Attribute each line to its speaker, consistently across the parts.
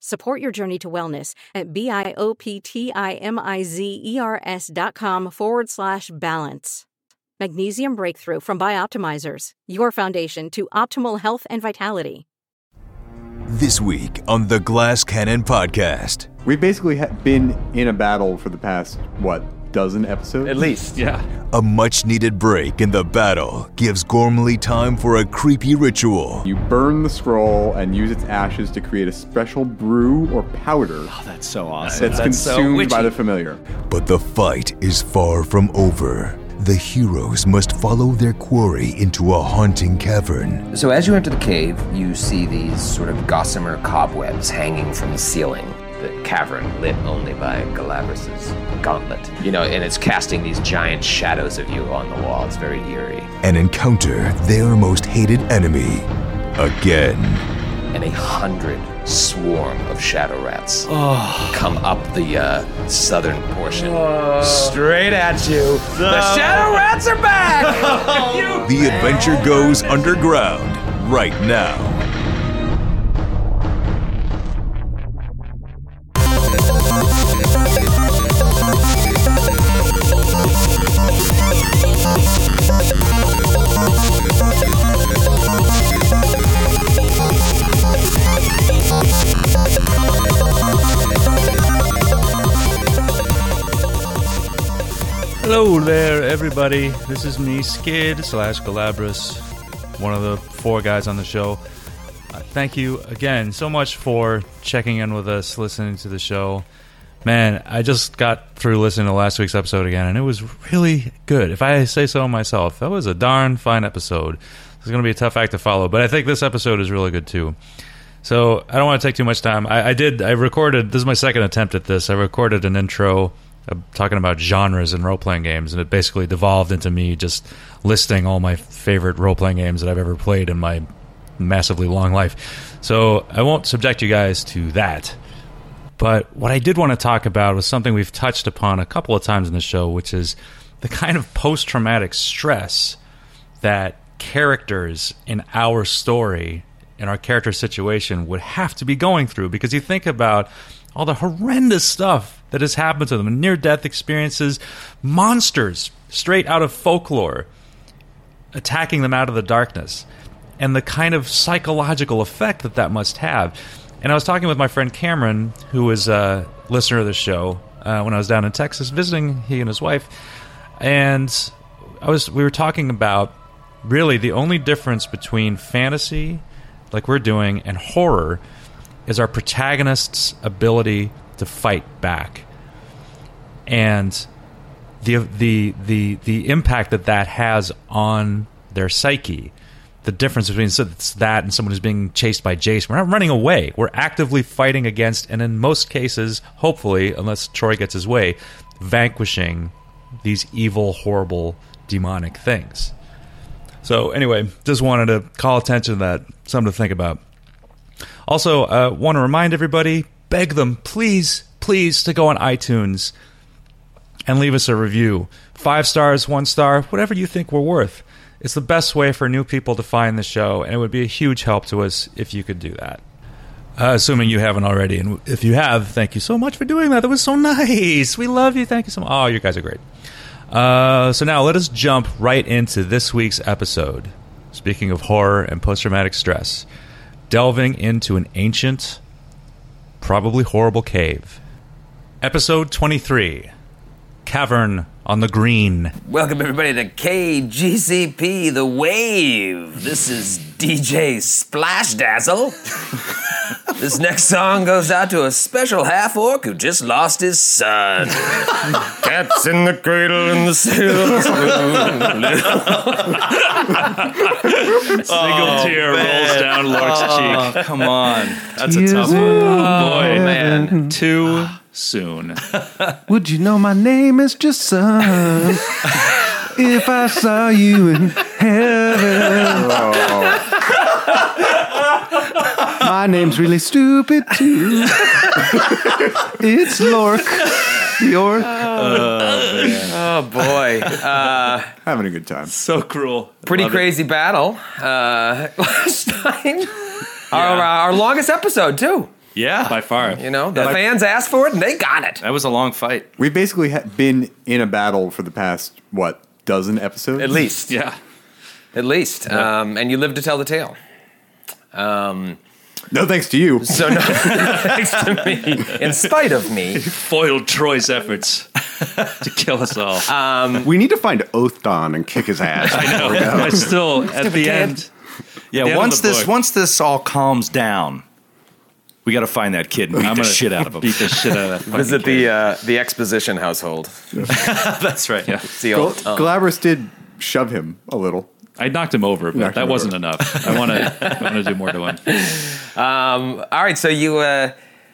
Speaker 1: Support your journey to wellness at B-I-O-P-T-I-M-I-Z-E-R-S E dot com forward slash balance. Magnesium Breakthrough from Bioptimizers, your foundation to optimal health and vitality.
Speaker 2: This week on the Glass Cannon Podcast.
Speaker 3: We've basically ha- been in a battle for the past, what, dozen episodes?
Speaker 4: At least, yeah.
Speaker 2: A much needed break in the battle gives Gormley time for a creepy ritual.
Speaker 3: You burn the scroll and use its ashes to create a special brew or powder
Speaker 4: Oh, that's so awesome.
Speaker 3: that's,
Speaker 4: so
Speaker 3: consumed
Speaker 4: witchy.
Speaker 3: by the familiar.
Speaker 2: But the fight is far from over. The heroes must follow their quarry into a haunting cavern.
Speaker 5: So, as you enter the cave, you see these sort of gossamer cobwebs hanging from the ceiling. The cavern lit only by Galabras's gauntlet. You know, and it's casting these giant shadows of you on the wall. It's very eerie.
Speaker 2: and encounter their most hated enemy. Again.
Speaker 5: And a hundred swarm of shadow rats come up the uh, southern portion straight at you. The shadow rats are back!
Speaker 2: The adventure goes underground right now.
Speaker 6: Hello there, everybody. This is me, Skid slash Galabras, one of the four guys on the show. Uh, thank you again so much for checking in with us, listening to the show. Man, I just got through listening to last week's episode again, and it was really good. If I say so myself, that was a darn fine episode. It's going to be a tough act to follow, but I think this episode is really good too. So I don't want to take too much time. I, I did. I recorded. This is my second attempt at this. I recorded an intro uh, talking about genres in role playing games, and it basically devolved into me just listing all my favorite role playing games that I've ever played in my massively long life. So I won't subject you guys to that. But what I did want to talk about was something we've touched upon a couple of times in the show, which is the kind of post traumatic stress that characters in our story, in our character situation, would have to be going through. Because you think about all the horrendous stuff that has happened to them near death experiences, monsters straight out of folklore attacking them out of the darkness and the kind of psychological effect that that must have. And I was talking with my friend Cameron, who is a listener of the show, uh, when I was down in Texas visiting he and his wife, and I was we were talking about really the only difference between fantasy, like we're doing, and horror is our protagonist's ability to fight back, and the the the the impact that that has on their psyche. The difference between so it's that and someone who's being chased by Jason. We're not running away. We're actively fighting against, and in most cases, hopefully, unless Troy gets his way, vanquishing these evil, horrible, demonic things. So, anyway, just wanted to call attention to that. Something to think about. Also, uh, want to remind everybody, beg them, please, please, to go on iTunes and leave us a review. Five stars, one star, whatever you think we're worth. It's the best way for new people to find the show, and it would be a huge help to us if you could do that. Uh, assuming you haven't already, and if you have, thank you so much for doing that. That was so nice. We love you. Thank you so much. Oh, you guys are great. Uh, so now let us jump right into this week's episode. Speaking of horror and post traumatic stress, delving into an ancient, probably horrible cave. Episode 23
Speaker 7: Cavern on the Green.
Speaker 8: Welcome, everybody, to KGCP The Wave. This is DJ Splash Dazzle. this next song goes out to a special half orc who just lost his son. Cats in the cradle and the sails.
Speaker 6: Single tear rolls down Lark's cheek.
Speaker 9: Come on.
Speaker 6: That's a tough one. Boy,
Speaker 9: man.
Speaker 6: too soon.
Speaker 10: Would you know my name is just son? if I saw you in heaven. my name's really stupid too. it's Lork. York.
Speaker 8: oh, boy.
Speaker 3: Having a good time.
Speaker 6: So cruel.
Speaker 8: pretty
Speaker 6: Love it.
Speaker 8: crazy battle uh, last time. Our, uh, our longest episode too.
Speaker 6: Yeah, by far.
Speaker 8: You know, the fans asked for it and they got it.
Speaker 6: That was a long fight.
Speaker 3: We've basically ha- been in a battle for the past, what, dozen episodes?
Speaker 8: At least,
Speaker 6: Yeah.
Speaker 8: at least. Um, and you live to tell the tale.
Speaker 3: No thanks to you.
Speaker 8: So no, thanks to me, in spite of me.
Speaker 6: Foiled Troy's efforts to kill us all.
Speaker 11: We need to find Othdan and kick his ass.
Speaker 6: I still, at the
Speaker 9: kid.
Speaker 6: end,
Speaker 9: Yeah,
Speaker 6: The end
Speaker 9: once
Speaker 6: of the
Speaker 9: this
Speaker 6: book.
Speaker 9: once this all calms down, we got to find that kid and beat
Speaker 6: I'm
Speaker 9: the
Speaker 6: gonna
Speaker 9: shit out of him.
Speaker 6: beat the shit out of that
Speaker 8: Visit
Speaker 6: fucking
Speaker 8: the uh, the exposition household.
Speaker 9: That's right. Yeah.
Speaker 8: It's the
Speaker 3: Gal-
Speaker 8: old,
Speaker 6: Oh.
Speaker 8: um,
Speaker 3: Galabras did shove him a little.
Speaker 6: kid. I knocked him over, but
Speaker 3: Knocked
Speaker 6: that
Speaker 3: him
Speaker 6: wasn't enough. I want to I want to do more to him.
Speaker 8: all right, so you uh,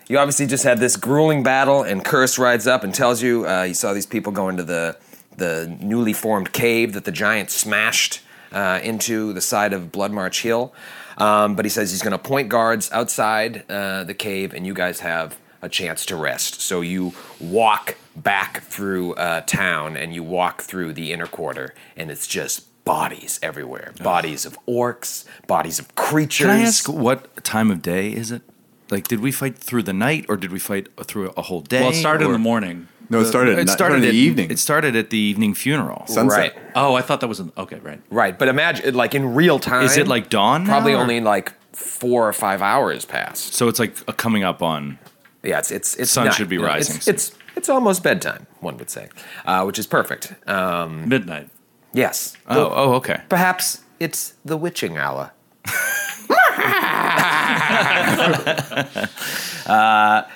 Speaker 8: you obviously just had this grueling battle, and Curse rides up and tells you uh, you saw these people go into the the newly formed cave that the giant smashed uh, into the side of Blood March Hill. Um, but he says he's going to point guards outside uh, the cave, and you guys have a chance to rest. So you walk back through uh, town, and you walk through the inner quarter, and it's just bodies everywhere bodies of orcs bodies of creatures
Speaker 9: Can I ask what time of day is it? Like, did we fight through the night or did we fight through a whole day?
Speaker 6: Well, it started in
Speaker 9: or-
Speaker 6: the morning.
Speaker 3: No, it started,
Speaker 9: It started
Speaker 3: in
Speaker 9: at-
Speaker 3: the evening.
Speaker 9: It started at the evening funeral.
Speaker 3: sunset.
Speaker 8: right
Speaker 6: Oh, I thought that was an, okay, right.
Speaker 8: Right, but imagine like in real time.
Speaker 9: Is it like dawn? now,
Speaker 8: Probably
Speaker 9: or-
Speaker 8: only like four or five hours past.
Speaker 9: So it's like a coming up on.
Speaker 8: Yeah, it's it's it's
Speaker 9: Sun
Speaker 8: night.
Speaker 9: should be
Speaker 8: You know,
Speaker 9: rising
Speaker 8: It's
Speaker 9: soon.
Speaker 8: it's, it's almost bedtime, one would say, uh, which is perfect. Um,
Speaker 6: Midnight.
Speaker 8: yes,
Speaker 9: Oh, oh, okay.
Speaker 8: perhaps it's the witching hour.
Speaker 11: It's
Speaker 8: Uh,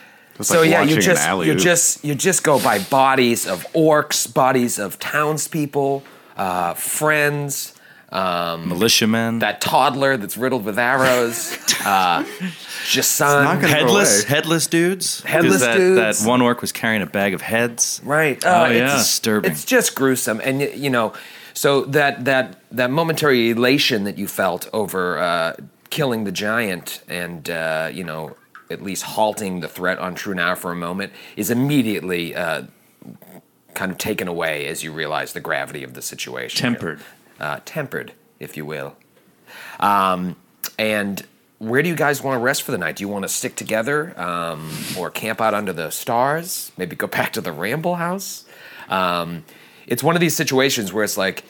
Speaker 8: so
Speaker 11: like
Speaker 8: yeah, you
Speaker 11: watching an
Speaker 8: just you
Speaker 11: alley-oop.
Speaker 8: just you just go by bodies of orcs, bodies of townspeople, uh, friends. Um,
Speaker 9: Militiamen.
Speaker 8: that toddler that's riddled with arrows. Uh,
Speaker 3: not
Speaker 8: Jason.
Speaker 3: gonna-
Speaker 9: headless,
Speaker 3: away.
Speaker 9: headless dudes. 'Cause
Speaker 8: Headless
Speaker 9: that,
Speaker 8: dudes.
Speaker 9: That one orc was carrying a bag of heads.
Speaker 8: Right.
Speaker 9: Oh,
Speaker 8: Uh,
Speaker 9: yeah.
Speaker 8: it's-
Speaker 9: disturbing.
Speaker 8: It's just gruesome, and y- you know, so that that that momentary elation that you felt over uh, killing the giant, and uh, you know, at least halting the threat on True Now for a moment, is immediately uh, kind of taken away as you realize the gravity of the situation. here.
Speaker 6: Tempered.
Speaker 8: uh, tempered, if you will. Um, and where do you guys want to rest for the night? Do you want to stick together um, or camp out under the stars? Maybe go back to the Ramble House? Um, it's one of these situations where it's like,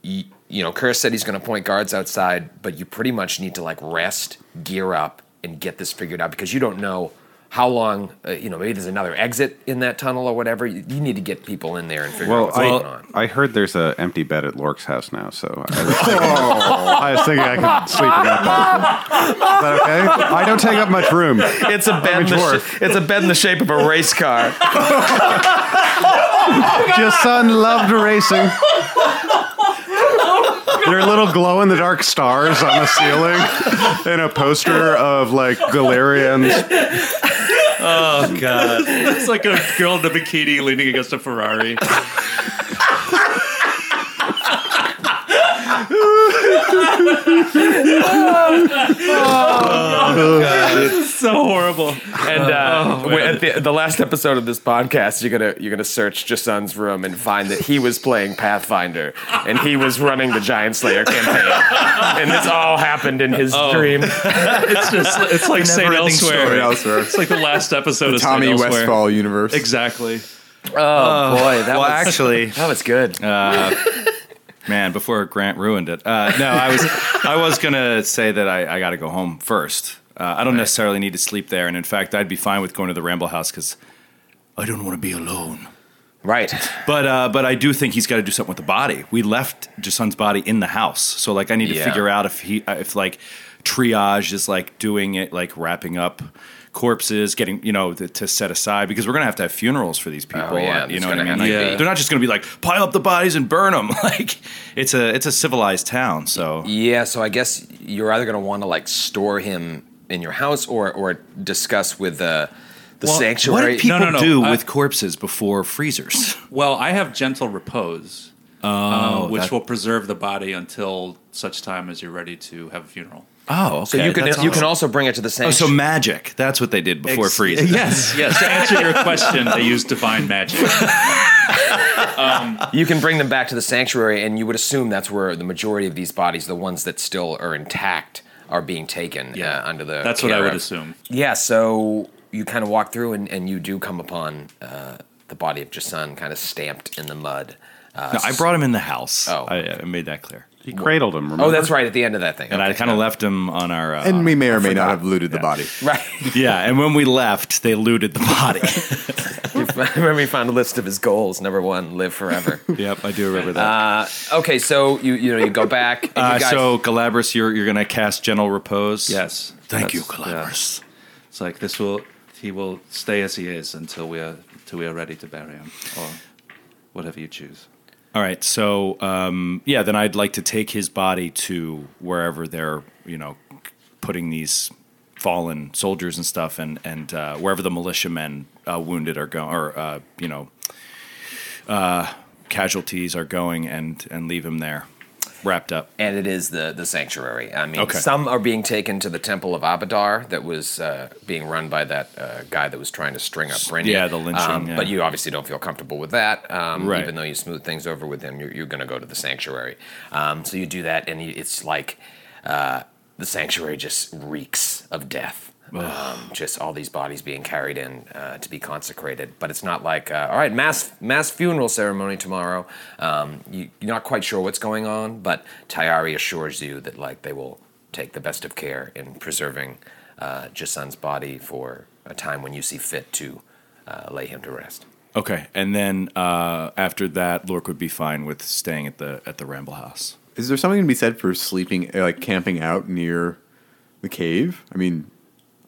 Speaker 8: you, you know, Kerr said he's going to point guards outside, but you pretty much need to like rest, gear up, and get this figured out because you don't know how long, uh, you know, maybe there's another exit in that tunnel or whatever. You, you need to get people in there and figure out
Speaker 11: Well,
Speaker 8: what's going on.
Speaker 11: I, I heard there's an empty bed at Lork's house now, so I was thinking, I, was thinking I could sleep in that bed. Is that okay? I don't take up much room.
Speaker 8: It's a bed.
Speaker 11: in the dwarf.
Speaker 8: it's a bed in the shape of a race car.
Speaker 11: Just son loved racing. There are little glow in the dark stars on the ceiling and a poster of like Galarians.
Speaker 6: God. It's like a girl in a bikini leaning against a Ferrari. Oh,
Speaker 9: Oh,
Speaker 6: It's so horrible. Oh,
Speaker 8: And uh, we- at the, the last episode of this podcast, you're gonna you're gonna search Jasun's room and find that he was playing Pathfinder and he was running the Giant Slayer campaign, and this all happened in his dream.
Speaker 6: Oh. It's just it's like St.
Speaker 9: never-ending
Speaker 6: Elsewhere.
Speaker 9: story.
Speaker 3: elsewhere.
Speaker 6: It's like the last episode of
Speaker 3: Tommy
Speaker 6: Saint Elsewhere.
Speaker 3: Westfall universe.
Speaker 6: Exactly.
Speaker 8: Oh boy, that
Speaker 9: Well,
Speaker 8: was
Speaker 9: actually,
Speaker 8: that was good.
Speaker 9: Man, before Grant ruined it. Uh, no, I was I was gonna say that I, I got to go home first. Uh, I don't necessarily need to sleep there, and in fact, I'd be fine with going to the Ramble House because I don't want to be alone.
Speaker 5: Right.
Speaker 9: But uh, but I do think he's got to do something with the body. We left Jasun's body in the house, so like I need to
Speaker 5: Yeah.
Speaker 9: figure out if he uh, if like triage is like doing it like wrapping up corpses, getting you know th- to set aside because we're gonna have to have funerals for these people.
Speaker 5: Oh, yeah,
Speaker 9: you
Speaker 5: that's
Speaker 9: know what I
Speaker 5: gonna
Speaker 9: mean?
Speaker 5: have to
Speaker 9: Like,
Speaker 5: be.
Speaker 9: They're not just gonna be like pile up the bodies and burn them. Like it's a it's a civilized town, so
Speaker 5: Yeah, so I guess you're either going to want to like store him in your house or or discuss with the the
Speaker 9: what
Speaker 5: sanctuary.
Speaker 9: did people
Speaker 6: No, no, no.
Speaker 9: do
Speaker 6: I-
Speaker 9: with corpses before freezers?
Speaker 6: Well, I have gentle repose, um, which will preserve the body until such time as you're ready to have a funeral.
Speaker 9: Oh, okay.
Speaker 5: so you can you
Speaker 9: that's
Speaker 5: can
Speaker 9: awesome.
Speaker 5: also bring it to the
Speaker 9: Oh, so
Speaker 5: sanctuary.
Speaker 9: magic. That's what they did before
Speaker 6: Ex-
Speaker 9: freezers.
Speaker 6: Yes, yes. To answer your question, they use divine magic.
Speaker 5: you can bring them back to the sanctuary, and you would assume that's where the majority of these bodies, the ones that still are intact, are being taken. Yeah, under the
Speaker 6: That's what I
Speaker 5: care
Speaker 6: would
Speaker 5: of-
Speaker 6: assume.
Speaker 5: Yeah, so you kind of walk through, and, and you do come upon uh, the body of Jason, kind of stamped in the mud. Uh,
Speaker 9: No, I brought him in the house.
Speaker 5: Oh.
Speaker 9: I, I made that clear.
Speaker 11: He cradled him. Remember?
Speaker 5: oh, that's right at the end of that thing.
Speaker 9: And I kind of left him on our. Uh,
Speaker 3: And we may or may not have looted the body.
Speaker 5: right.
Speaker 9: yeah, and when we left, they looted the body.
Speaker 5: I remember you found a list of his goals. Number one, live forever.
Speaker 9: yep, I do remember that.
Speaker 5: okay, so you you know you go back. And you
Speaker 9: Uh,
Speaker 5: guys,
Speaker 9: so, Galabras, you're you're gonna cast Gentle Repose.
Speaker 6: Yes.
Speaker 9: Thank you,
Speaker 6: That's-
Speaker 9: Galabras.
Speaker 6: yeah. It's like this will he will stay as he is until we are until we are ready to bury him or whatever you choose.
Speaker 9: All right, so um, yeah, then I'd like to take his body to wherever they're you know putting these fallen soldiers and stuff, and and uh, wherever the militiamen uh, wounded are going, or uh, you know, uh, casualties are going, and and leave him there, wrapped up.
Speaker 5: and it is the the sanctuary. I mean,
Speaker 9: Okay.
Speaker 5: some are being taken to the temple of Abadar that was uh, being run by that uh, guy that was trying to string up Brenny.
Speaker 9: yeah, the lynching,
Speaker 5: Um,
Speaker 9: yeah.
Speaker 5: But you obviously don't feel comfortable with that, um,
Speaker 9: Right.
Speaker 5: even though you smooth things over with him. You're, you're going to go to the sanctuary, um, so you do that, and you, it's like uh, the sanctuary just reeks of death. Um, just all these bodies being carried in uh, to be consecrated, but it's not like uh, all right, mass mass funeral ceremony tomorrow. Um, you, you're not quite sure what's going on, but Tayari assures you that like they will take the best of care in preserving uh, Jasun's body for a time when you see fit to uh, lay him to rest.
Speaker 9: Okay, and then uh, after that, Lork would be fine with staying at the at the Ramble House.
Speaker 3: Is there something to be said for sleeping, uh, like camping out near the cave? I mean,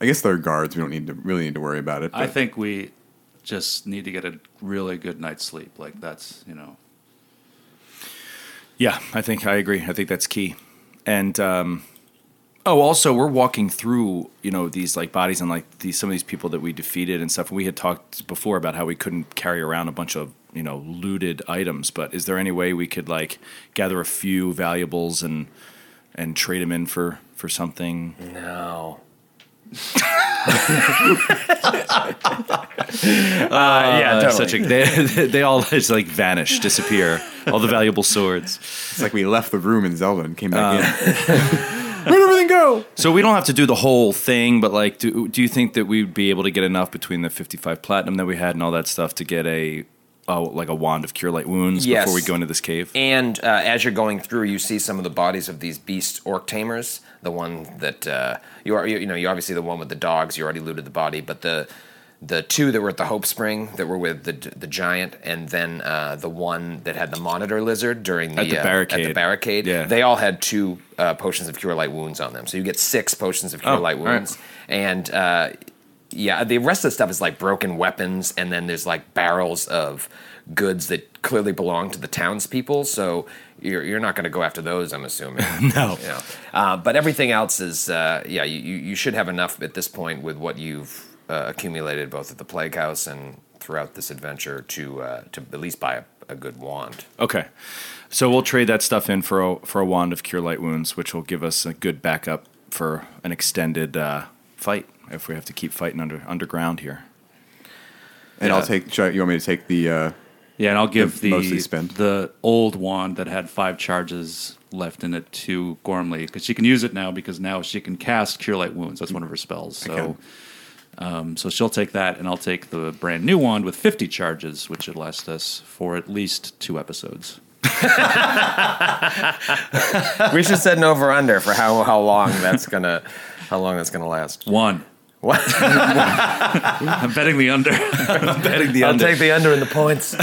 Speaker 3: I guess there are guards. We don't need to really need to worry about it.
Speaker 6: I
Speaker 3: but-
Speaker 6: think we just need to get a really good night's sleep. Like that's you know
Speaker 9: Yeah, I think I agree. I think that's key. And um, oh, also we're walking through you know these like bodies and like these some of these people that we defeated and stuff. We had talked before about how we couldn't carry around a bunch of you know looted items, but is there any way we could like gather a few valuables and and trade them in for for something? Uh,
Speaker 5: No.
Speaker 9: yeah, Uh, such a, they, they all just like vanish, disappear. all the valuable swords.
Speaker 3: it's like we left the room in Zelda and came back
Speaker 6: Uh.
Speaker 3: in.
Speaker 9: So we don't have to do the whole thing, but like, do do you think that we'd be able to get enough between the fifty-five platinum that we had and all that stuff to get a, oh, like a wand of cure light wounds
Speaker 5: Yes.
Speaker 9: before we go into this cave?
Speaker 5: And uh, as you're going through, you see some of the bodies of these beast orc tamers. The one that uh, you are, you, you know, you obviously the one with the dogs. You already looted the body, but the the two that were at the Hope Spring that were with the the giant, and then uh, the one that had the monitor lizard during the,
Speaker 9: At the
Speaker 5: uh, At the
Speaker 9: barricade.
Speaker 5: barricade,
Speaker 9: Yeah.
Speaker 5: they all had two uh, potions of cure light wounds on them. So you get six potions of cure
Speaker 9: Oh,
Speaker 5: light
Speaker 9: all right.
Speaker 5: wounds, and uh, yeah, the rest of the stuff is like broken weapons, and then there's like barrels of goods that clearly belong to the townspeople. So you're, you're not going to go after those, I'm assuming.
Speaker 9: No.
Speaker 5: You know. uh, but everything else is, uh, yeah, you, you you should have enough at this point with what you've uh, accumulated both at the Plague House and throughout this adventure to uh, to at least buy a, a good wand.
Speaker 9: Okay, so we'll trade that stuff in for a for a wand of cure light wounds, which will give us a good backup for an extended uh, fight if we have to keep fighting under underground here.
Speaker 3: And I'll
Speaker 9: Yeah.
Speaker 3: take. should I- You want me to take the? Uh,
Speaker 6: Yeah, and I'll give the
Speaker 3: Mostly spend.
Speaker 6: the old wand that had five charges left in it to Gormley because she can use it now because now she can cast Cure Light Wounds. That's one of her spells. So, um, so she'll take that, and I'll take the brand new wand with fifty charges, which should last us for at least two episodes.
Speaker 5: we should set an over under for how, how long that's gonna how long that's gonna last.
Speaker 6: One.
Speaker 5: What?
Speaker 6: I'm betting the under.
Speaker 9: Betting the
Speaker 5: I'll
Speaker 9: under.
Speaker 5: take the under and the points.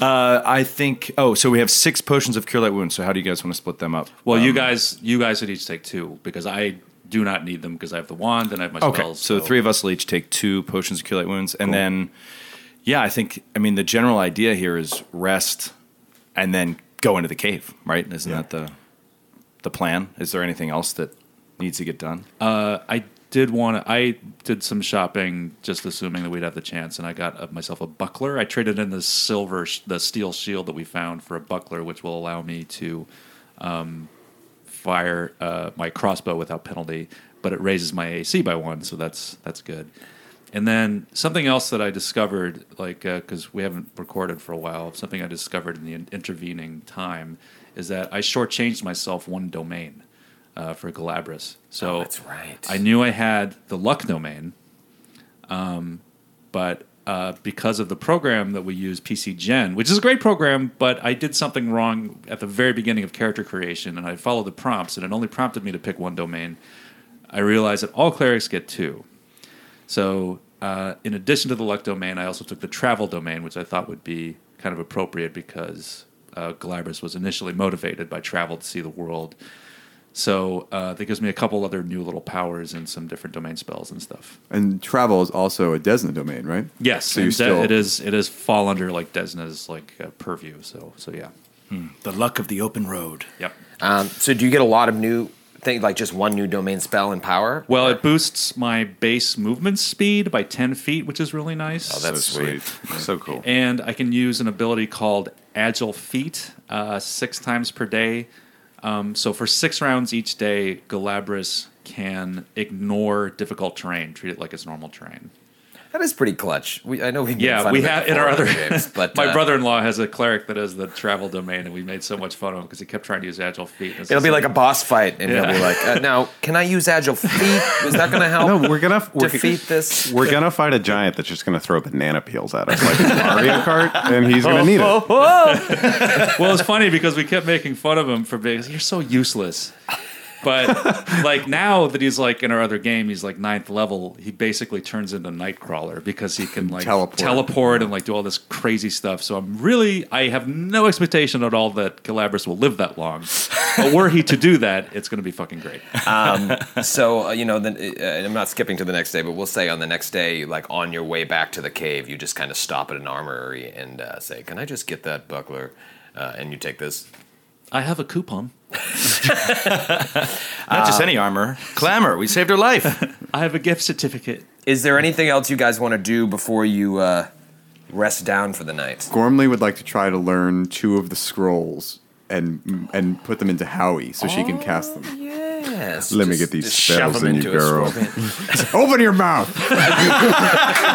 Speaker 9: I think. Oh, so we have six potions of cure light wounds. So how do you guys want to split them up?
Speaker 6: well, you
Speaker 9: Um,
Speaker 6: guys, you guys should each take two because I do not need them because I have the wand and I have my
Speaker 9: Okay,
Speaker 6: spells.
Speaker 9: so the three of us will each take two potions of cure light wounds, and then, yeah, I think. I mean, the general idea here is rest, and then go into the cave. Right? Isn't that the the plan? Is there anything else that needs to get done?
Speaker 6: I did want to. I did some shopping, just assuming that we'd have the chance, and I got uh, myself a buckler. I traded in the silver, sh- the steel shield that we found for a buckler, which will allow me to um, fire uh, my crossbow without penalty, but it raises my AC by one, so that's that's good. And then something else that I discovered, like because we haven't recorded for a while, something I discovered in the in- intervening time is that I shortchanged myself one domain uh, for Galabras. So
Speaker 5: Oh, that's right.
Speaker 6: I knew I had the luck domain, um, but uh, because of the program that we use, PC Gen, which is a great program, but I did something wrong at the very beginning of character creation, and I followed the prompts, and it only prompted me to pick one domain. I realized that all clerics get two. So, uh, in addition to the luck domain, I also took the travel domain, which I thought would be kind of appropriate because uh, Galabras was initially motivated by travel to see the world. So uh, that gives me a couple other new little powers and some different domain spells and stuff.
Speaker 3: And travel is also a Desna domain, right?
Speaker 6: Yes,
Speaker 3: So
Speaker 6: and
Speaker 3: you
Speaker 6: de-
Speaker 3: still
Speaker 6: it is it is fall under like Desna's like uh, purview. So so yeah,
Speaker 9: The luck of the open road.
Speaker 6: yep.
Speaker 5: Um, so do you get a lot of new things, like just one new domain spell and power?
Speaker 6: Well, it boosts my base movement speed by ten feet, which is really nice.
Speaker 5: Oh, that's sweet.
Speaker 11: so cool.
Speaker 6: and I can use an ability called Agile Feet uh, six times per day. Um, so for six rounds each day, Galabras can ignore difficult terrain, treat it like it's normal terrain.
Speaker 5: That is pretty clutch. We, I know we made
Speaker 6: Yeah,
Speaker 5: fun
Speaker 6: we
Speaker 5: of it
Speaker 6: have in our other.
Speaker 5: before games, but
Speaker 6: my
Speaker 5: uh,
Speaker 6: brother-in-law has a cleric that has the travel domain, and we made so much fun of him because he kept trying to use agile feet. It's
Speaker 5: It'll
Speaker 6: just
Speaker 5: be like a boss fight, and
Speaker 6: Yeah.
Speaker 5: he'll be like, uh, "Now, can I use agile feet? Is that going to help?"
Speaker 11: No, we're gonna we're,
Speaker 5: defeat this.
Speaker 11: We're gonna fight a giant that's just gonna throw banana peels at us like Mario Kart, and he's gonna need it.
Speaker 6: Oh. well, it's funny because we kept making fun of him for being you're so useless. But like now that he's like in our other game, he's like ninth level. He basically turns into Nightcrawler because he can like
Speaker 3: Teleport.
Speaker 6: teleport and like do all this crazy stuff. So I'm really I have no expectation at all that Calabras will live that long. But were he to do that, it's going to be fucking great.
Speaker 5: So uh, you know, then uh, and I'm not skipping to the next day, but we'll say on the next day, like on your way back to the cave, you just kind of stop at an armory and uh, say, "Can I just get that buckler?" Uh, and you take this.
Speaker 6: I have a coupon.
Speaker 9: Not just any armor. Clamor. We saved her life.
Speaker 6: I have a gift certificate.
Speaker 5: Is there anything else you guys want to do before you uh, rest down for the night?
Speaker 3: Gormley would like to try to learn two of the scrolls and and put them into Howie so she can cast
Speaker 5: Oh.
Speaker 3: them.
Speaker 5: Yes.
Speaker 11: Let me
Speaker 5: just-
Speaker 11: get these
Speaker 5: just shove
Speaker 11: spells
Speaker 5: them
Speaker 11: in you,
Speaker 5: into a
Speaker 11: girl.
Speaker 5: scorpion.
Speaker 3: Open your mouth.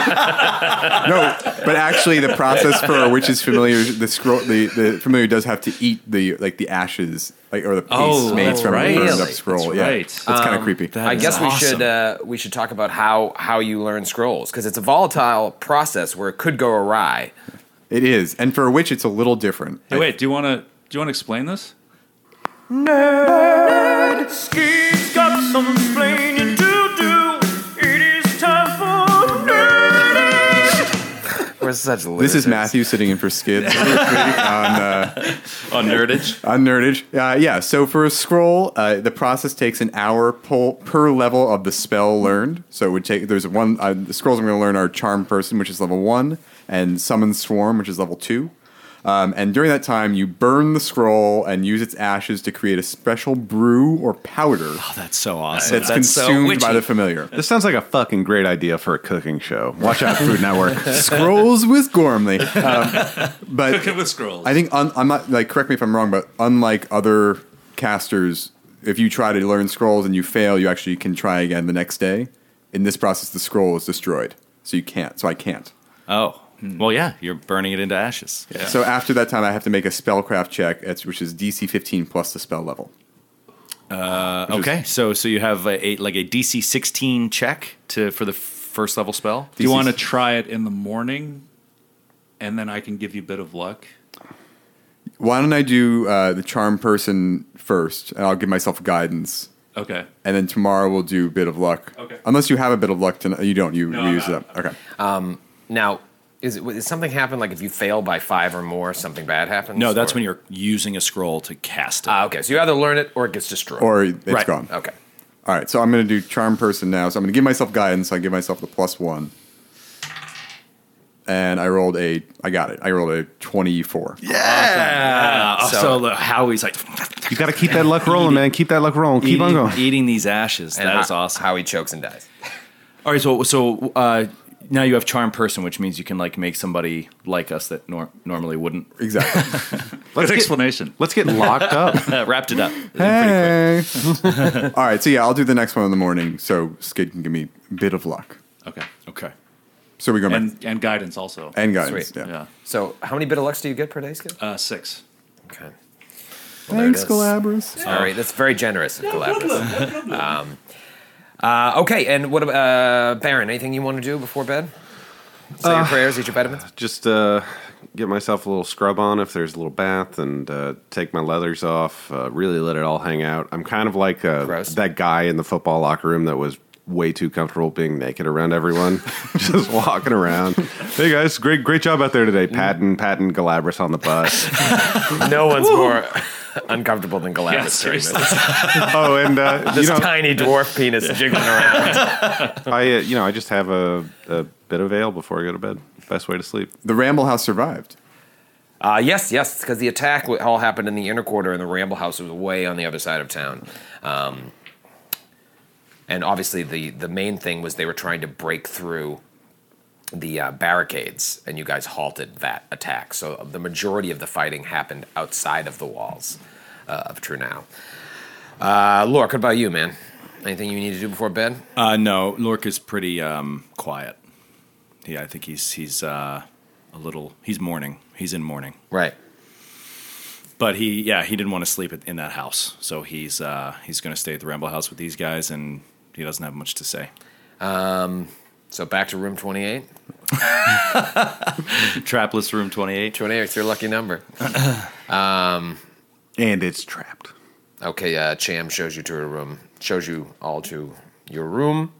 Speaker 3: no, but actually, the process for a witch's familiar, the scroll, the, the familiar does have to eat the like the ashes, like or the paste
Speaker 6: Oh,
Speaker 3: made
Speaker 6: that's
Speaker 3: from
Speaker 6: right.
Speaker 3: a burned up
Speaker 5: Really?
Speaker 3: scroll.
Speaker 6: That's
Speaker 3: yeah,
Speaker 6: right.
Speaker 3: it's kind of creepy.
Speaker 5: Um, I guess we
Speaker 9: awesome.
Speaker 5: should uh, we should talk about how how you learn scrolls because it's a volatile process where it could go awry.
Speaker 3: It is, and for a witch, it's a little different.
Speaker 6: Hey, wait, do you want to do you want to explain this?
Speaker 5: We're such losers.
Speaker 3: This is Matthew sitting in for Skid this week on uh,
Speaker 6: On nerdage.
Speaker 3: on Nerdage. Uh, yeah, so for a scroll, uh, the process takes an hour po- per level of the spell learned. So it would take. There's one. Uh, the scrolls I'm going to learn are Charm Person, which is level one, and Summon Swarm, which is level two. Um, and during that time, you burn the scroll and use its ashes to create a special brew or powder
Speaker 9: That's so awesome.
Speaker 3: that's, consumed by the familiar.
Speaker 11: This sounds like a fucking great idea for a cooking show. Watch out, Food Network.
Speaker 3: Scrolls with Gormley, um, but
Speaker 6: Cooking with scrolls.
Speaker 3: I think un, I'm not like correct me if I'm wrong, but unlike other casters, if you try to learn scrolls and you fail, you actually can try again the next day. In this process, the scroll is destroyed, so you can't. So I can't.
Speaker 9: Oh. Well, yeah, you're burning it into ashes. Yeah.
Speaker 3: So after that time, I have to make a spellcraft check, it's- which is DC 15 plus the spell level.
Speaker 9: Okay, so so you have a, a like a DC 16 check to for the first level spell.
Speaker 6: Do you want to try it in the morning, and then I can give you a bit of luck?
Speaker 3: Why don't I do uh, the charm person first, and I'll give myself guidance
Speaker 6: Okay.
Speaker 3: and then tomorrow we'll do bit of luck.
Speaker 6: Okay.
Speaker 3: Unless you have a bit of luck tonight, you don't. You
Speaker 6: No,
Speaker 3: you
Speaker 6: I'm
Speaker 3: use it
Speaker 6: out.
Speaker 3: up. Okay.
Speaker 5: Now, is it, is something happen? Like if you fail by five or more, something bad happens.
Speaker 9: No, that's
Speaker 5: Or-
Speaker 9: when you're using a scroll to cast it.
Speaker 5: Ah, okay, so you either learn it or it gets destroyed.
Speaker 3: Or it's
Speaker 9: Right.
Speaker 3: gone.
Speaker 5: okay.
Speaker 3: All right. So I'm going to do charm person now. So I'm going to give myself guidance. I give myself the plus one. And I rolled a. I got it. I rolled a twenty-four. Yeah.
Speaker 6: Ah.
Speaker 9: Uh, so,
Speaker 5: So-
Speaker 9: the- Howie's like,
Speaker 11: You got to keep that luck rolling, man. Keep that luck rolling. Keep on
Speaker 9: eating,
Speaker 11: going.
Speaker 9: eating these ashes.
Speaker 5: And
Speaker 9: that
Speaker 5: ho-
Speaker 9: is awesome.
Speaker 5: How he chokes and dies.
Speaker 9: All right, so so uh, now you have charm person, which means you can like make somebody like us that nor- normally wouldn't.
Speaker 3: Exactly.
Speaker 11: Let's
Speaker 6: Good
Speaker 11: get,
Speaker 6: explanation.
Speaker 11: let's get locked up.
Speaker 9: Uh, wrapped it up.
Speaker 11: hey.
Speaker 3: All right. So yeah, I'll do the next one in the morning. So Skid can give me a bit of luck.
Speaker 6: Okay.
Speaker 9: Okay.
Speaker 3: So we go back and,
Speaker 6: And and guidance also.
Speaker 3: guidance.
Speaker 5: Sweet.
Speaker 3: Yeah.
Speaker 6: yeah.
Speaker 5: So how many bit of lucks do you get per day, Skip?
Speaker 6: Uh, six.
Speaker 5: Okay. Well, there it
Speaker 3: Thanks,
Speaker 5: is.
Speaker 3: Galabras.
Speaker 5: All right, that's very generous of Galactus. um, uh, okay, and what about uh, Baron? Anything you want to do before bed? Say your prayers, eat your vitamins.
Speaker 11: Just uh, get myself a little scrub on if there's a little bath and uh, take my leathers off. Uh, really let it all hang out. I'm kind of like uh,
Speaker 5: Gross.
Speaker 11: that guy in the football locker room that was way too comfortable being naked around everyone, just walking around. Hey guys, great great job out there today. Patton, Patton, Galabras on the bus.
Speaker 5: No one's more uncomfortable than
Speaker 6: Yeah,
Speaker 5: Galactus during
Speaker 6: seriously.
Speaker 5: this.
Speaker 11: oh, and uh, you
Speaker 5: This
Speaker 11: know,
Speaker 5: tiny dwarf penis jiggling around.
Speaker 11: I uh, you know I just have a, a bit of ale before I go to bed. Best way to sleep.
Speaker 5: Mm.
Speaker 3: The Ramble House survived.
Speaker 5: Uh, yes, yes, because the attack wa- all happened in the inner quarter, and the Ramble House was way on the other side of town. Um, and obviously, the the main thing was they were trying to break through the uh, barricades, and you guys halted that attack. So the majority of the fighting happened outside of the walls uh, of Trunau. Uh, Lork, what about you, man? Anything you need to do before bed?
Speaker 9: Uh, no, Lork is pretty um, quiet. Yeah, I think he's he's uh, a little. He's mourning. He's in mourning.
Speaker 5: Right.
Speaker 9: But he, yeah, he didn't want to sleep at- in that house, so he's uh, he's going to stay at the Ramble House with these guys, and he doesn't have much to say.
Speaker 5: So back to room 28.
Speaker 9: Trapless room twenty eight.
Speaker 5: 28, it's your lucky number.
Speaker 11: And it's trapped.
Speaker 5: Okay, uh, Cham shows you to her room, shows you all to your room,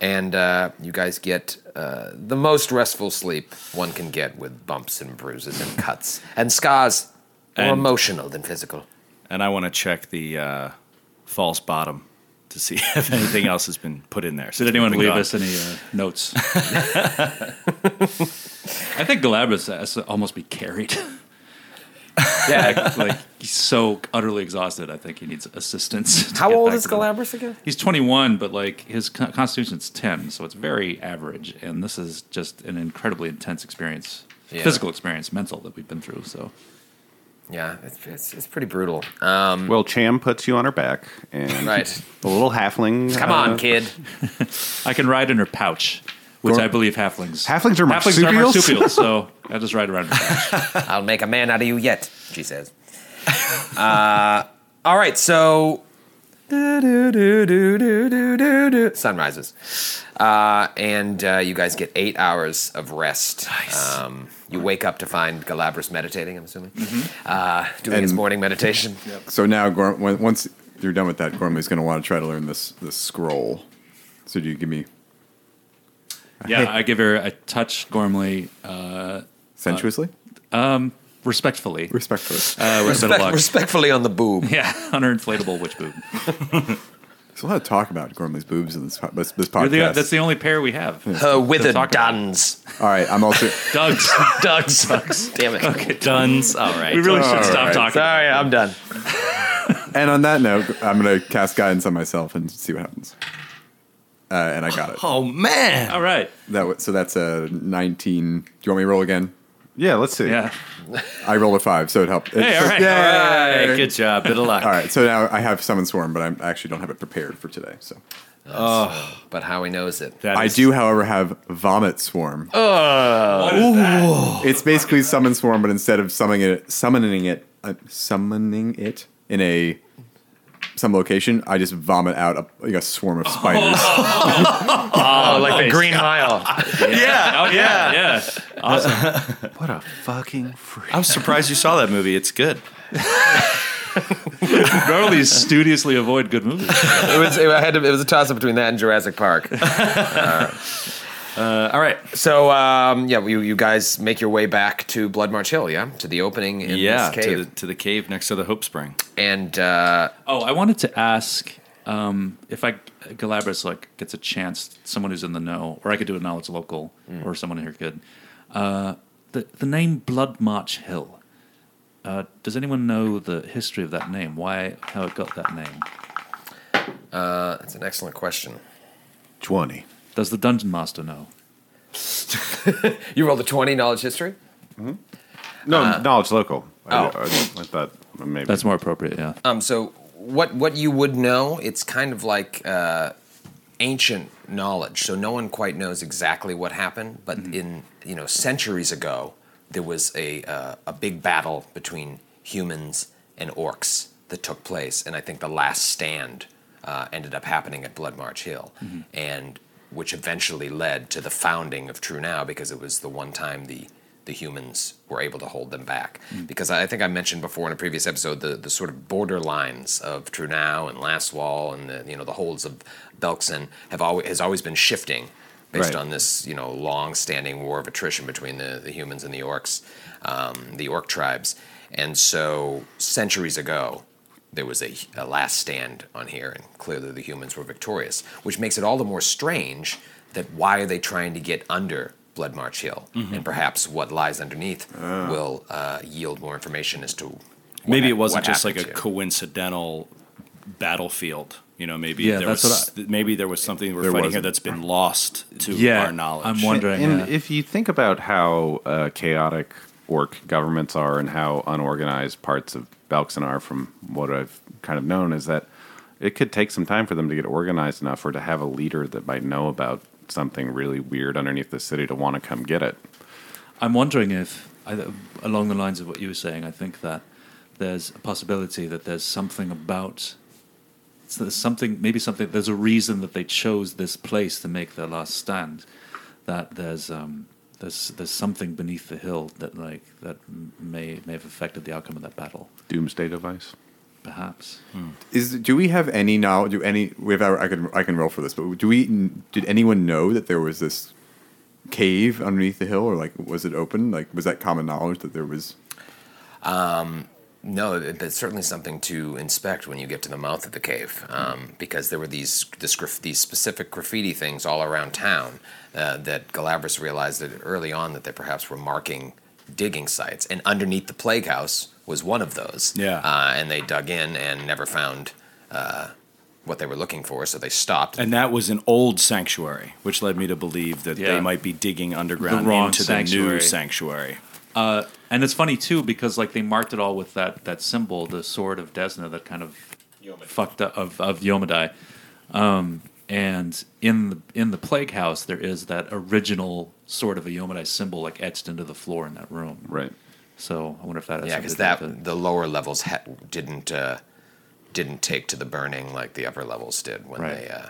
Speaker 5: and uh, you guys get uh, the most restful sleep one can get with bumps and bruises and cuts and scars, more
Speaker 9: And-
Speaker 5: emotional than physical.
Speaker 9: And I want to check the uh, false bottom to see if anything else has been put in there.
Speaker 6: Did anyone leave us any uh, notes? I think Galabras has to almost be carried.
Speaker 5: Yeah.
Speaker 6: like he's so utterly exhausted. I think he needs assistance. to
Speaker 5: How
Speaker 6: get
Speaker 5: old
Speaker 6: back
Speaker 5: is
Speaker 6: to the-
Speaker 5: Galabras again?
Speaker 6: He's 21, but like his con- constitution's 10, so it's very average. And this is just an incredibly intense experience,
Speaker 5: Yeah.
Speaker 6: physical experience, mental that we've been through. So
Speaker 5: Yeah, it's, it's, it's pretty brutal. Um,
Speaker 11: Well, Cham puts you on her back, and
Speaker 5: right.
Speaker 11: the little halfling.
Speaker 5: Come
Speaker 11: uh,
Speaker 5: on, kid.
Speaker 6: I can ride in her pouch, which I believe halflings.
Speaker 11: Halflings are
Speaker 6: halflings are
Speaker 11: marsupials?
Speaker 6: marsupials, so I just ride around. Her pouch.
Speaker 5: I'll make a man out of you yet, she says. uh, all right, so. Do-do-do-do-do-do-do-do. Sun rises. Uh, and uh, you guys get eight hours of rest. Nice. Um, you wake up to find Galabras meditating, I'm assuming, uh, doing his
Speaker 3: And-
Speaker 5: morning meditation.
Speaker 3: So now, Gorm, when, once you're done with that, Gormley's going to want to try to learn this this scroll. So do you give me
Speaker 6: yeah, I give her a touch Gormley, uh,
Speaker 3: sensuously,
Speaker 6: respectfully,
Speaker 3: respectfully?
Speaker 6: uh, with a bit of
Speaker 5: Respect-
Speaker 6: luck.
Speaker 5: respectfully on the boob.
Speaker 6: Yeah, on her inflatable witch boob.
Speaker 3: There's a lot of talk about Gormley's boobs in this po- this, this
Speaker 6: You're
Speaker 3: podcast.
Speaker 6: the, that's the only pair we have.
Speaker 5: Her withered
Speaker 6: talk about.
Speaker 5: duns.
Speaker 3: All right, I'm also.
Speaker 6: Doug's.
Speaker 5: Dugs. Damn it. Okay.
Speaker 9: Duns. All right.
Speaker 6: We really should stop
Speaker 3: right.
Speaker 6: talking.
Speaker 5: Sorry, I'm done.
Speaker 3: and on that note, I'm going to cast guidance on myself and see what happens. Uh, and I got it.
Speaker 9: oh man.
Speaker 6: All right.
Speaker 3: That w- so that's a 19. Do you want me to roll again?
Speaker 11: Yeah, let's see.
Speaker 6: Yeah.
Speaker 3: I rolled a five, so it helped.
Speaker 6: Hey, all right.
Speaker 9: All right, good job. Bit of luck.
Speaker 3: All right, so now I have summon swarm, but I'm- I actually don't have it prepared for today. So
Speaker 5: But Howie knows it.
Speaker 9: That
Speaker 3: I
Speaker 9: is-
Speaker 3: do, however, have vomit swarm. It's basically summon swarm, but instead of summoning it, summoning it, uh, summoning it in a some location, I just vomit out a, like a swarm of spiders.
Speaker 5: Oh, like the Green Mile.
Speaker 6: Oh, yeah. Yeah.
Speaker 11: What a fucking freak.
Speaker 9: I'm surprised you saw that movie. It's good.
Speaker 6: Normally, you studiously avoid good movies.
Speaker 5: It was. It, I had to, it was a toss up between that and Jurassic Park. Uh,
Speaker 9: All right.
Speaker 5: So um, yeah, you you guys make your way back to Blood March Hill, yeah, to the opening in
Speaker 9: yeah,
Speaker 5: this cave,
Speaker 9: to the to the cave next to the Hope Spring.
Speaker 5: and uh,
Speaker 6: Oh, I wanted to ask um, if I Galabras like gets a chance, someone who's in the know, or I could do a knowledge local, or someone here could. Uh, the the name Blood March Hill. Uh, does anyone know the history of that name? Why, how it got that name?
Speaker 5: that's an excellent question.
Speaker 11: 20.
Speaker 6: Does the dungeon master know?
Speaker 5: You rolled a twenty knowledge history.
Speaker 11: No, knowledge local. I,
Speaker 5: Oh.
Speaker 11: I, I thought maybe.
Speaker 6: That's more appropriate. Yeah.
Speaker 5: Um, so what what you would know? It's kind of like uh, ancient knowledge. So no one quite knows exactly what happened, but in you know centuries ago, there was a uh, a big battle between humans and orcs that took place, and I think the last stand uh, ended up happening at Blood March Hill, and which eventually led to the founding of True Now because it was the one time the the humans were able to hold them back. Because I I think I mentioned before in a previous episode the, the sort of borderlines of True Now and Last Wall and the you know the holds of Belkson have always has always been shifting based
Speaker 11: Right.
Speaker 5: on this you know long standing war of attrition between the, the humans and the orcs, um, the orc tribes. And so centuries ago, there was a, a last stand on here, and clearly the humans were victorious, which makes it all the more strange that why are they trying to get under Blood March Hill?
Speaker 9: Mm-hmm.
Speaker 5: And perhaps what lies underneath will uh, yield more information as to. what
Speaker 9: Ah. Maybe
Speaker 5: hap-
Speaker 9: it wasn't
Speaker 5: what
Speaker 9: just like a
Speaker 5: happened to you.
Speaker 9: coincidental battlefield. You know, maybe
Speaker 6: Yeah,
Speaker 9: there
Speaker 6: that's
Speaker 9: was
Speaker 6: what
Speaker 9: maybe there was something we're fighting here
Speaker 11: wasn't.
Speaker 9: that's been lost to our knowledge.
Speaker 6: I'm wondering.
Speaker 11: And
Speaker 6: yeah.
Speaker 11: if you think about how uh, chaotic orc governments are and how unorganized parts of Belkson are, from what I've kind of known, is that it could take some time for them to get organized enough or to have a leader that might know about something really weird underneath the city to want to come get it.
Speaker 6: I'm wondering if, I- along the lines of what you were saying, I think that there's a possibility that there's something about, so there's something, maybe something, there's a reason that they chose this place to make their last stand. That there's, um, there's, there's something beneath the hill that like that m- may may have affected the outcome of that battle,
Speaker 11: Doomsday device.
Speaker 6: perhaps.
Speaker 3: Is do we have any knowledge? Do any we have? Our, I can I can roll for this, but do we? Did anyone know that there was this cave underneath the hill, or like was it open? Like was that common knowledge that there was?
Speaker 5: No, it- it's certainly something to inspect when you get to the mouth of the cave, um, because there were these this, graf- these specific graffiti things all around town uh, that Galabras realized that early on that they perhaps were marking digging sites, and underneath the plague house was one of those.
Speaker 9: Yeah.
Speaker 5: uh, and they dug in and never found uh, what they were looking for, so they stopped.
Speaker 9: and that was an old sanctuary, which led me to believe that
Speaker 6: Yeah.
Speaker 9: they might be digging underground
Speaker 6: The wrong
Speaker 9: into the new
Speaker 6: sanctuary.
Speaker 9: sanctuary.
Speaker 6: And it's funny too because like they marked it all with that that symbol, the sword of Desna, that kind of fucked up of of Yomadai. Um, and in the in the plague house, there is that original sort of a Yomadai symbol like etched into the floor in that room.
Speaker 11: Right.
Speaker 6: So I wonder if that has
Speaker 5: yeah, because
Speaker 6: something to do with
Speaker 5: that
Speaker 6: it.
Speaker 5: the lower levels ha- didn't uh, didn't take to the burning like the upper levels did when
Speaker 6: Right.
Speaker 5: they. Uh, hmm.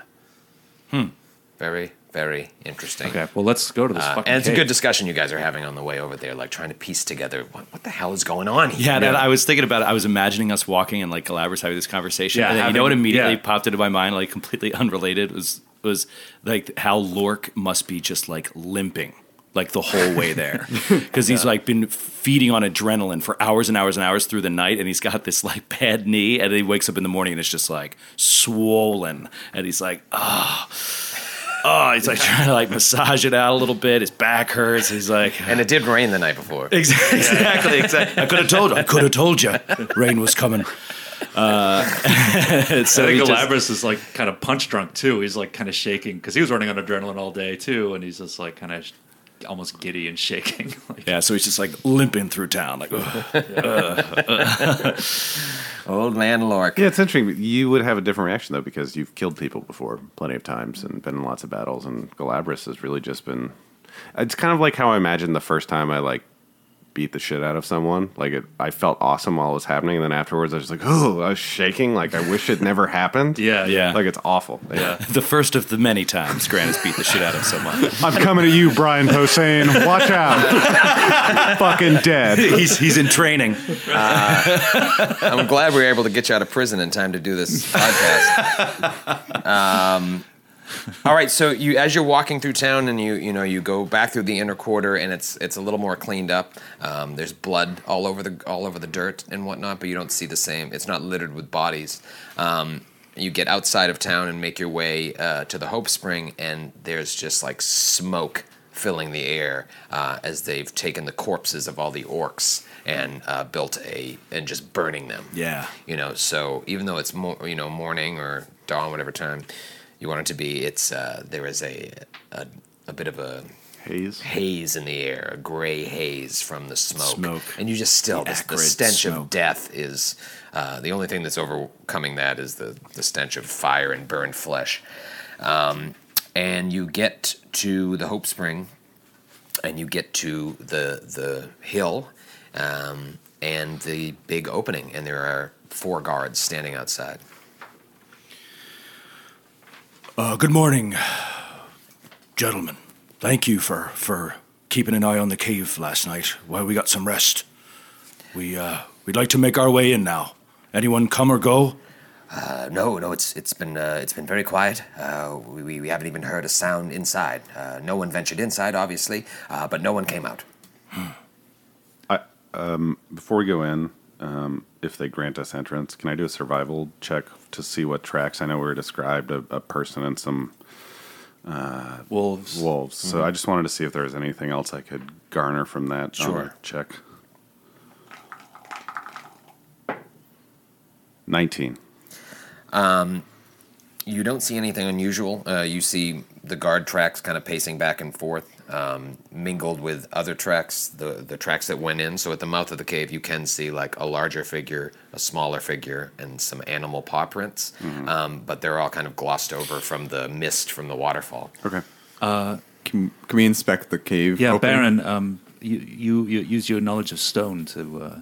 Speaker 5: Very very interesting.
Speaker 6: Okay, well let's go to this.
Speaker 5: Uh,
Speaker 6: fucking
Speaker 5: and it's a
Speaker 6: cave.
Speaker 5: good discussion you guys are having on the way over there, like trying to piece together what, what the hell is going on here.
Speaker 9: Yeah, that I was thinking about it. I was imagining us walking and like Galabras having this conversation.
Speaker 6: Yeah,
Speaker 9: and then, you
Speaker 6: having-
Speaker 9: know what immediately
Speaker 6: yeah.
Speaker 9: popped into my mind, like completely unrelated, was was like how Lork must be just like limping like the whole way there because he's like been feeding on adrenaline for hours and hours and hours through the night and he's got this like bad knee and he wakes up in the morning and it's just like swollen and he's like ah oh, he's like trying to like massage it out a little bit his back hurts he's like
Speaker 5: And it did rain the night before.
Speaker 9: Exactly. Exactly. exactly. I could have told. I could have told you. Rain was coming. Uh,
Speaker 6: I
Speaker 9: so he
Speaker 6: think
Speaker 9: just-
Speaker 6: Galabras is like kind of punch drunk too. He's like kind of shaking because he was running on adrenaline all day too, and he's just like kind of almost giddy and shaking. like,
Speaker 9: yeah. So he's just like limping through town. Like, ugh.
Speaker 5: Old man Lork.
Speaker 11: Yeah, it's interesting. You would have a different reaction though because you've killed people before plenty of times and been in lots of battles. And Galabras has really just been. It's kind of like how I imagined the first time I like beat the shit out of someone. Like it, I felt awesome while it was happening, and then afterwards I was just like, oh, I was shaking. Like I wish it never happened.
Speaker 6: Yeah, yeah.
Speaker 11: Like it's awful. Yeah.
Speaker 9: The first of the many times Grant has beat the shit out of someone.
Speaker 11: I'm coming to you, Brian Posehn. Watch out. Fucking dead.
Speaker 9: he's he's in training.
Speaker 5: I'm glad we were able to get you out of prison in time to do this podcast. um, all right, so you as you're walking through town and you you know you go back through the inner quarter and it's it's a little more cleaned up. Um, there's blood all over the all over the dirt and whatnot, but you don't see the same. It's not littered with bodies. Um, you get outside of town and make your way uh, to the Hope Spring, and there's just like smoke filling the air uh, as they've taken the corpses of all the orcs and uh, built a and just burning them
Speaker 9: Yeah.
Speaker 5: you know so even though it's mo- you know morning or dawn whatever time you want it to be it's uh, there is a, a a bit of a
Speaker 11: Haze.
Speaker 5: haze in the air a gray haze from the smoke,
Speaker 9: Smoke.
Speaker 5: and you just still
Speaker 9: The
Speaker 5: the, the
Speaker 9: acrid
Speaker 5: stench of
Speaker 9: smoke.
Speaker 5: death is uh, the only thing that's overcoming that is the the stench of fire and burned flesh um, and you get to the hope spring and you get to the the hill um, and the big opening, and there are four guards standing outside.
Speaker 9: Uh, good morning, gentlemen. Thank you for for keeping an eye on the cave last night while we got some rest. We uh, we'd like to make our way in now. Anyone come or go?
Speaker 5: Uh, no, no, it's it's been uh, it's been very quiet. Uh, we, we we haven't even heard a sound inside. Uh, no one ventured inside, obviously, uh, but no one came out.
Speaker 11: Before we go in, um, if they grant us entrance, can I do a survival check to see what tracks? I know we were described a, a person and some uh,
Speaker 6: Wolves. Mm-hmm.
Speaker 11: wolves. So I just wanted to see if there was anything else I could garner from that on
Speaker 5: Sure.
Speaker 11: the check. 19.
Speaker 5: you don't see anything unusual. Uh, you see the guard tracks kind of pacing back and forth, um, mingled with other tracks, the the tracks that went in. So at the mouth of the cave, you can see like a larger figure, a smaller figure, and some animal paw prints.
Speaker 11: Mm-hmm.
Speaker 5: Um, but they're all kind of glossed over from the mist from the waterfall.
Speaker 11: Okay.
Speaker 3: Can, can we inspect the cave?
Speaker 6: Yeah,
Speaker 3: opening?
Speaker 6: Baron. Um, you, you you use your knowledge of stone to uh,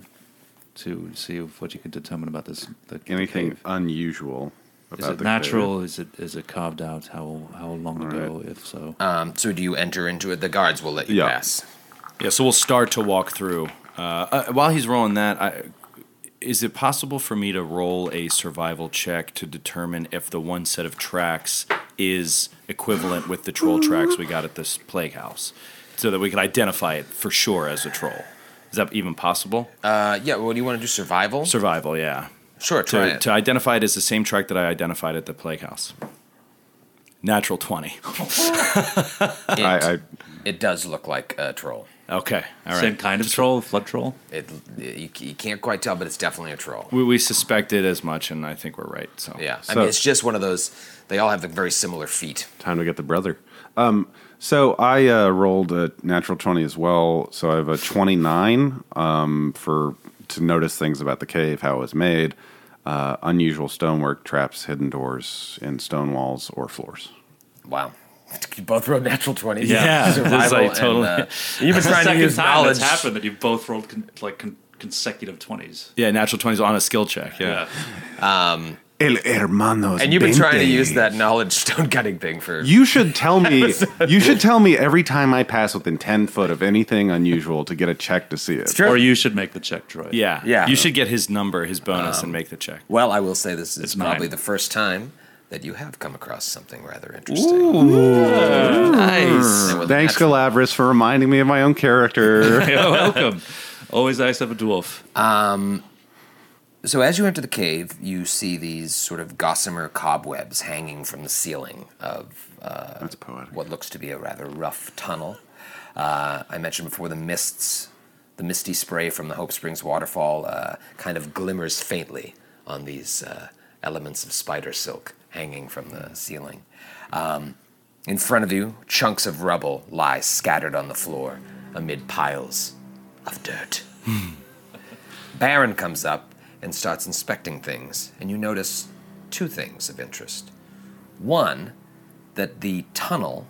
Speaker 6: to see if what you can determine about this. The, the
Speaker 11: Anything
Speaker 6: cave.
Speaker 11: unusual
Speaker 6: Is
Speaker 11: about
Speaker 6: it
Speaker 11: the
Speaker 6: natural? Is it is it carved out? How how long ago? If so,
Speaker 5: Um, so do you enter into it? The guards will let you
Speaker 11: Yeah.
Speaker 5: pass.
Speaker 9: Yeah, so we'll start to walk through. Uh, uh, while he's rolling that, I, is it possible for me to roll a survival check to determine if the one set of tracks is equivalent with the troll tracks we got at this plague house, so that we can identify it for sure as a troll? Is that even possible?
Speaker 5: Uh, yeah. What do you want to do? Survival.
Speaker 9: Survival, yeah.
Speaker 5: sure. Try
Speaker 9: To,
Speaker 5: it.
Speaker 9: to identify it as the same track that I identified at the plague house. Natural twenty.
Speaker 5: it,
Speaker 11: Trail? I, I,
Speaker 5: it does look like a troll.
Speaker 9: Okay, all right.
Speaker 6: same kind of troll, flood troll.
Speaker 5: It you, you can't quite tell, but it's definitely a troll.
Speaker 9: We, we suspected as much, and I think we're right. So
Speaker 5: Yeah, I
Speaker 11: So-
Speaker 5: mean, it's just one of those. They all have the very similar feet.
Speaker 11: time to get the brother. Um, so I uh, rolled a natural 20 as well. So I have a 29 um, for to notice things about the cave, how it was made, uh, unusual stonework, traps, hidden doors in stone walls or floors.
Speaker 5: Wow. You both wrote natural 20s.
Speaker 9: Yeah. Yeah. This is
Speaker 5: Survival
Speaker 9: like
Speaker 5: and,
Speaker 9: totally-
Speaker 5: uh, you've been trying to use knowledge.
Speaker 6: it's happened that you've both rolled con- like con- consecutive twenties.
Speaker 9: yeah, natural twenties on a skill check. yeah.
Speaker 11: El hermanos.
Speaker 5: And you've been trying to use
Speaker 11: 20.
Speaker 5: that knowledge stone cutting thing for.
Speaker 11: You should tell me. you should tell me every time I pass within ten foot of anything unusual to get a check to see it.
Speaker 5: true.
Speaker 6: Or you should make the check, Troy.
Speaker 9: Yeah.
Speaker 5: Yeah. Um,
Speaker 9: You should get his number, his bonus, and make the check.
Speaker 5: well, I will say this is
Speaker 6: It's
Speaker 5: probably
Speaker 6: mine.
Speaker 5: the first time that you have come across something rather interesting. nice.
Speaker 11: Thanks, Galabras, for reminding me of my own character.
Speaker 6: You're welcome. Always nice to have a dwarf.
Speaker 5: So as you enter the cave, you see these sort of gossamer cobwebs hanging from the ceiling of uh,
Speaker 11: That's poetic.
Speaker 5: what looks to be a rather rough tunnel. Uh, I mentioned before the mists, the misty spray from the Hope Springs waterfall uh, kind of glimmers faintly on these uh, elements of spider silk hanging from the ceiling. Um, in front of you, chunks of rubble lie scattered on the floor amid piles of dirt. Baron comes up and starts inspecting things, and you notice two things of interest. One, that the tunnel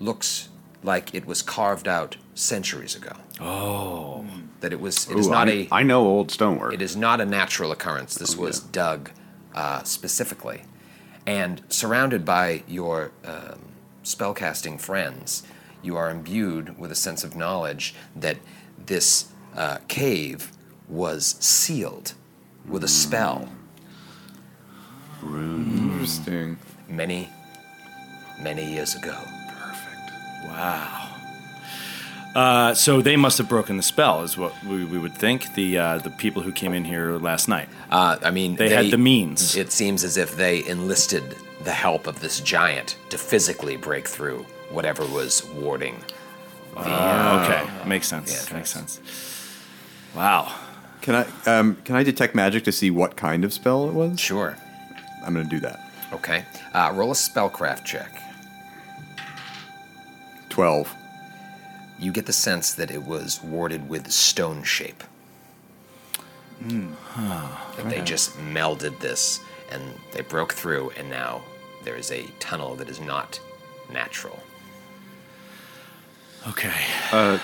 Speaker 5: looks like it was carved out centuries ago. Oh, that it was. It is
Speaker 11: Ooh,
Speaker 5: not
Speaker 11: I,
Speaker 5: a.
Speaker 11: I know old stonework.
Speaker 5: It is not a natural occurrence. This
Speaker 9: Oh,
Speaker 5: was dug uh, specifically. And surrounded by your um, spellcasting friends, you are imbued with a sense of knowledge that this uh, cave was sealed with a spell
Speaker 3: Interesting.
Speaker 5: many, many years ago.
Speaker 9: Wow. Uh, so they must have broken the spell, is what we, we would think. The uh, the people who came in here last night.
Speaker 5: Uh, I mean,
Speaker 9: They had the means.
Speaker 5: It seems as if they enlisted the help of this giant to physically break through whatever was warding
Speaker 9: okay, makes sense. makes sense. Wow.
Speaker 3: Can I um, can I detect magic to see what kind of spell it was?
Speaker 5: Sure.
Speaker 3: I'm gonna do that.
Speaker 5: Okay. Uh, roll a spellcraft check.
Speaker 3: Twelve.
Speaker 5: You get the sense that it was warded with stone shape.
Speaker 9: Hmm.
Speaker 5: That they just melded this and they broke through, and now there is a tunnel that is not natural.
Speaker 9: Okay. Uh,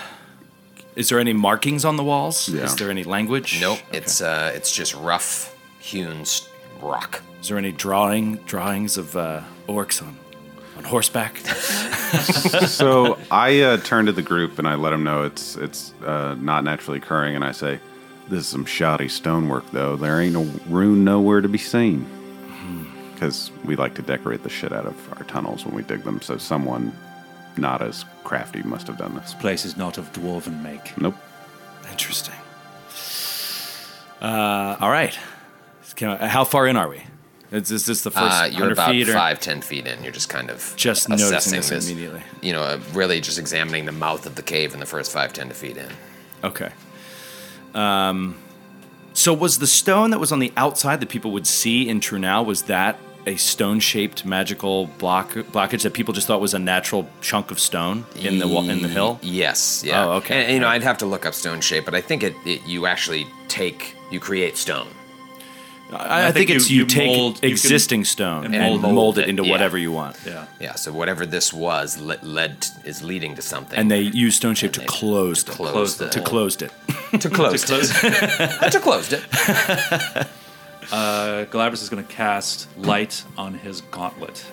Speaker 9: is there any markings on the walls?
Speaker 11: Yeah.
Speaker 9: Is there any language?
Speaker 5: Nope. It's uh, it's just rough hewn s- rock.
Speaker 9: Is there any drawing drawings of uh, orcs on on horseback?
Speaker 11: so I uh, turn to the group and I let them know it's it's uh, not naturally occurring, and I say, "This is some shoddy stonework, though. There ain't a rune nowhere to be seen." Because we like to decorate the shit out of our tunnels when we dig them, so someone not as crafty must have done this.
Speaker 6: This place is not of dwarven make.
Speaker 11: Nope.
Speaker 9: Interesting. Uh, all right. Can I- how far in are we? Is, is this the first
Speaker 5: Uh, you're
Speaker 9: 100
Speaker 5: about
Speaker 9: feet? Or?
Speaker 5: five, ten feet in. You're just kind of
Speaker 9: Just noticing
Speaker 5: assessing
Speaker 9: this immediately.
Speaker 5: You know, uh, really just examining the mouth of the cave in the first five, ten feet in.
Speaker 9: Okay. Um, so was the stone that was on the outside that people would see in Trunal, was that a stone-shaped magical block blockage that people just thought was a natural chunk of stone in the wa- in the hill?
Speaker 5: Yes. Yeah.
Speaker 9: Oh, okay.
Speaker 5: And, you know, I'd have to look up stone shape, but I think it, it you actually take you create stone.
Speaker 9: I, I
Speaker 6: I
Speaker 9: think,
Speaker 6: think
Speaker 9: it's
Speaker 6: you-
Speaker 9: you,
Speaker 6: you
Speaker 9: take
Speaker 6: mold- you can-
Speaker 9: existing stone and,
Speaker 6: and
Speaker 9: mold,
Speaker 5: mold
Speaker 9: it
Speaker 5: it,
Speaker 9: into
Speaker 5: yeah.
Speaker 9: whatever you want.
Speaker 6: Yeah.
Speaker 5: Yeah. So whatever this was le- led t- is leading to something.
Speaker 9: And they use stone shape
Speaker 5: And
Speaker 9: to
Speaker 5: they
Speaker 9: close it.
Speaker 5: closed
Speaker 6: closed
Speaker 5: the
Speaker 6: it.
Speaker 9: to
Speaker 5: hole.
Speaker 9: closed it.
Speaker 5: to close
Speaker 6: To close-
Speaker 5: it. to closed it.
Speaker 6: Uh, Galabras is going to cast light on his gauntlet,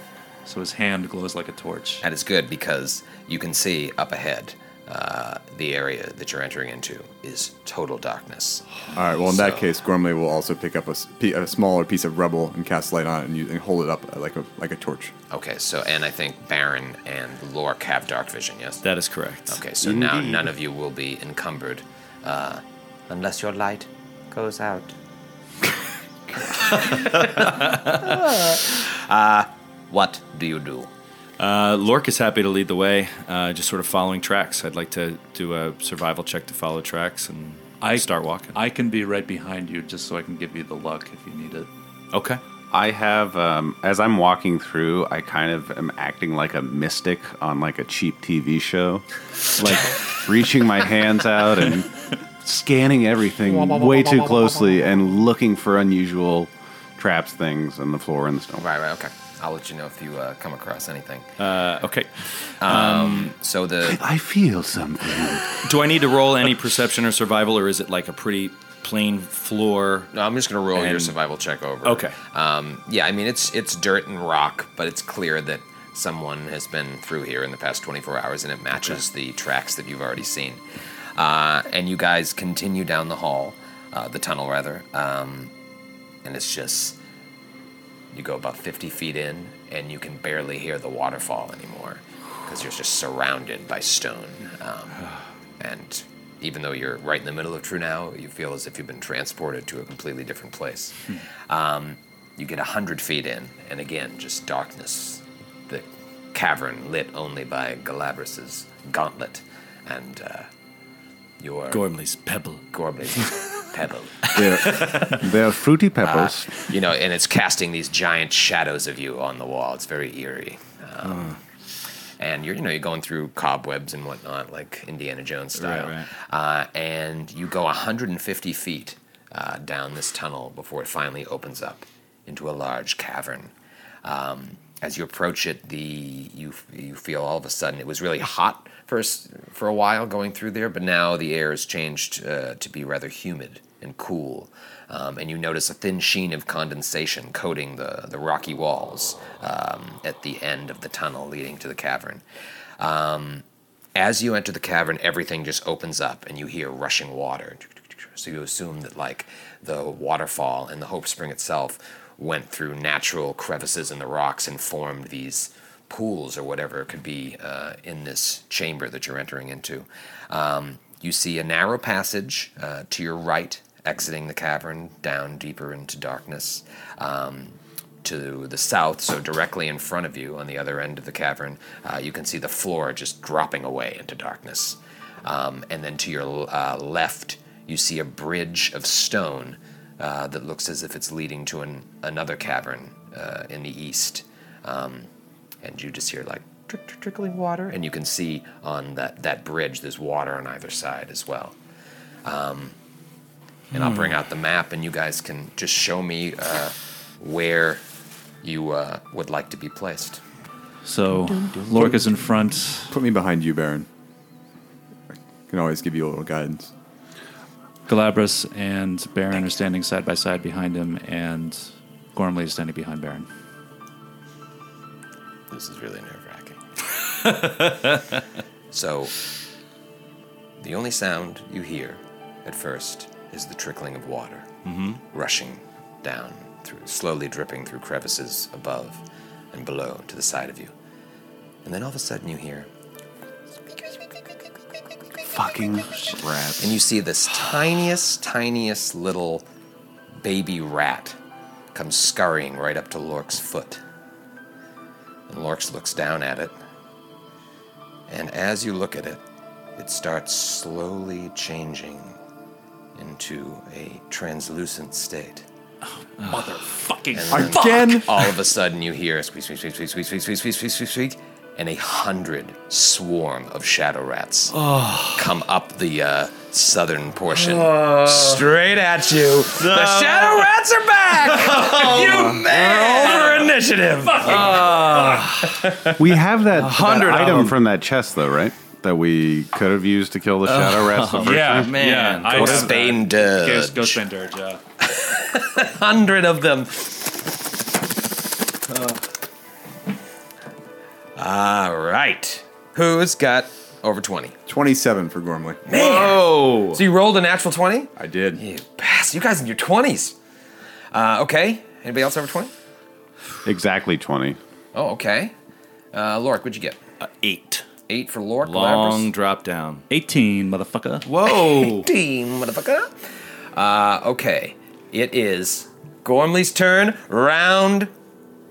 Speaker 6: so his hand glows like a torch.
Speaker 5: And it's good because you can see up ahead uh, the area that you're entering into is total darkness.
Speaker 3: All right. Well, in that
Speaker 5: So-
Speaker 3: case, Gormley will also pick up a, s- pe- a smaller piece of rubble and cast light on it and, you, and hold it up uh, like a like a torch.
Speaker 5: Okay, so and I think Baron and Lork have dark vision, yes?
Speaker 9: That is correct.
Speaker 5: okay, so now none of you will be encumbered uh, unless your light goes out. uh, Uh, what do you do?
Speaker 9: Uh, Lork is happy to lead the way, uh, just sort of following tracks. I'd like to do a survival check to follow tracks and
Speaker 6: I-
Speaker 9: start walking.
Speaker 6: I can be right behind you just so I can give you the luck if you need it.
Speaker 9: okay.
Speaker 11: I have, um, as I'm walking through, I kind of am acting like a mystic on like a cheap TV show, like reaching my hands out and scanning everything way too closely and looking for unusual traps, things on the floor and the stone.
Speaker 5: Right, right, okay. I'll let you know if you uh, come across anything.
Speaker 9: Uh, okay.
Speaker 5: So the
Speaker 11: I feel something.
Speaker 9: Do I need to roll any perception or survival, or is it like a pretty plain floor?
Speaker 5: No, I'm just gonna roll your
Speaker 9: And-
Speaker 5: survival check over.
Speaker 9: Okay.
Speaker 5: Um, yeah, I mean it's it's dirt and rock, but it's clear that someone has been through here in the past 24 hours, and it matches the tracks that you've already seen. Uh, and you guys continue down the hall, uh, the tunnel rather, um, and it's just you go about 50 feet in, and you can barely hear the waterfall anymore because you're just surrounded by stone. Um, and even though you're right in the middle of True Now, you feel as if you've been transported to a completely different place. Um, you get 100 feet in, and again, just darkness. The cavern lit only by Galabras's gauntlet and uh, your
Speaker 9: Gormley's pebble.
Speaker 5: Gormley's pebble.
Speaker 11: They're, they're fruity pebbles.
Speaker 5: You know, and it's casting these giant shadows of you on the wall. It's very eerie.
Speaker 9: Hmm.
Speaker 5: Um, And you're, you know, you're going through cobwebs and whatnot, like Indiana Jones style.
Speaker 9: Right,
Speaker 5: Uh, and you go 150 feet uh, down this tunnel before it finally opens up into a large cavern. Um, as you approach it, the you you feel all of a sudden it was really hot for a s for a while going through there, but now the air has changed uh, to be rather humid and cool, um, and you notice a thin sheen of condensation coating the the rocky walls um, at the end of the tunnel leading to the cavern. Um, as you enter the cavern, everything just opens up, and you hear rushing water. So you assume that like the waterfall and the Hope Spring itself went through natural crevices in the rocks and formed these pools or whatever could be uh, in this chamber that you're entering into. Um, you see a narrow passage uh, to your right, exiting the cavern down deeper into darkness. Um, to the south, so directly in front of you on the other end of the cavern, uh, you can see the floor just dropping away into darkness. Um, and then to your uh, left, you see a bridge of stone uh, that looks as if it's leading to an, another cavern uh, in the east. Um, and you just hear like trick, trick, trickling water, and you can see on that, that bridge there's water on either side as well. Um, and I'll bring out the map, and you guys can just show me uh, where you uh, would like to be placed.
Speaker 6: So Lorca's in front.
Speaker 3: Put me behind you, Baron. I can always give you a little guidance.
Speaker 6: Galabras and Baron are standing side by side behind him, and Gormley is standing behind Baron.
Speaker 5: This is really nerve wracking. so, the only sound you hear at first is the trickling of water rushing down, through, slowly dripping through crevices above and below to the side of you. And then all of a sudden you hear,
Speaker 11: Fucking rats.
Speaker 5: and you see this tiniest, tiniest little baby rat come scurrying right up to Lork's foot. And Lorx looks down at it. And as you look at it, it starts slowly changing into a translucent state.
Speaker 6: Fucking
Speaker 5: And then
Speaker 3: Again?
Speaker 5: All of a sudden, you hear a squeak, squeak, squeak, squeak, squeak, squeak, squeak, squeak, squeak, squeak, squeak, and a hundred swarm of shadow rats come up the uh, southern portion straight at you. the shadow rats are back. you man, over initiative.
Speaker 11: We have that, that
Speaker 9: hundred of
Speaker 11: item
Speaker 9: them.
Speaker 11: from that chest, though, right? That we could have used to kill
Speaker 9: Oh.
Speaker 11: the shadow rats the first
Speaker 6: yeah,
Speaker 11: time.
Speaker 9: man.
Speaker 6: Yeah, I
Speaker 5: Go
Speaker 6: have
Speaker 5: Spain
Speaker 6: that. Go,
Speaker 5: Dirge.
Speaker 6: go Spain Dirge, yeah.
Speaker 5: hundred of them. All right. Who's got over 20?
Speaker 3: 27 for Gormley.
Speaker 9: Oh,
Speaker 5: So you rolled a natural 20?
Speaker 3: I did.
Speaker 5: You pass. You guys in your 20s. Uh, okay. Anybody else over 20?
Speaker 11: Exactly 20.
Speaker 5: Oh, okay. Uh, Lork, what'd you get?
Speaker 9: eight.
Speaker 5: Eight for Lork.
Speaker 9: Long
Speaker 5: Labras.
Speaker 9: drop down.
Speaker 6: 18, motherfucker.
Speaker 9: Whoa.
Speaker 5: 18, motherfucker. Uh, okay. It is Gormley's turn, round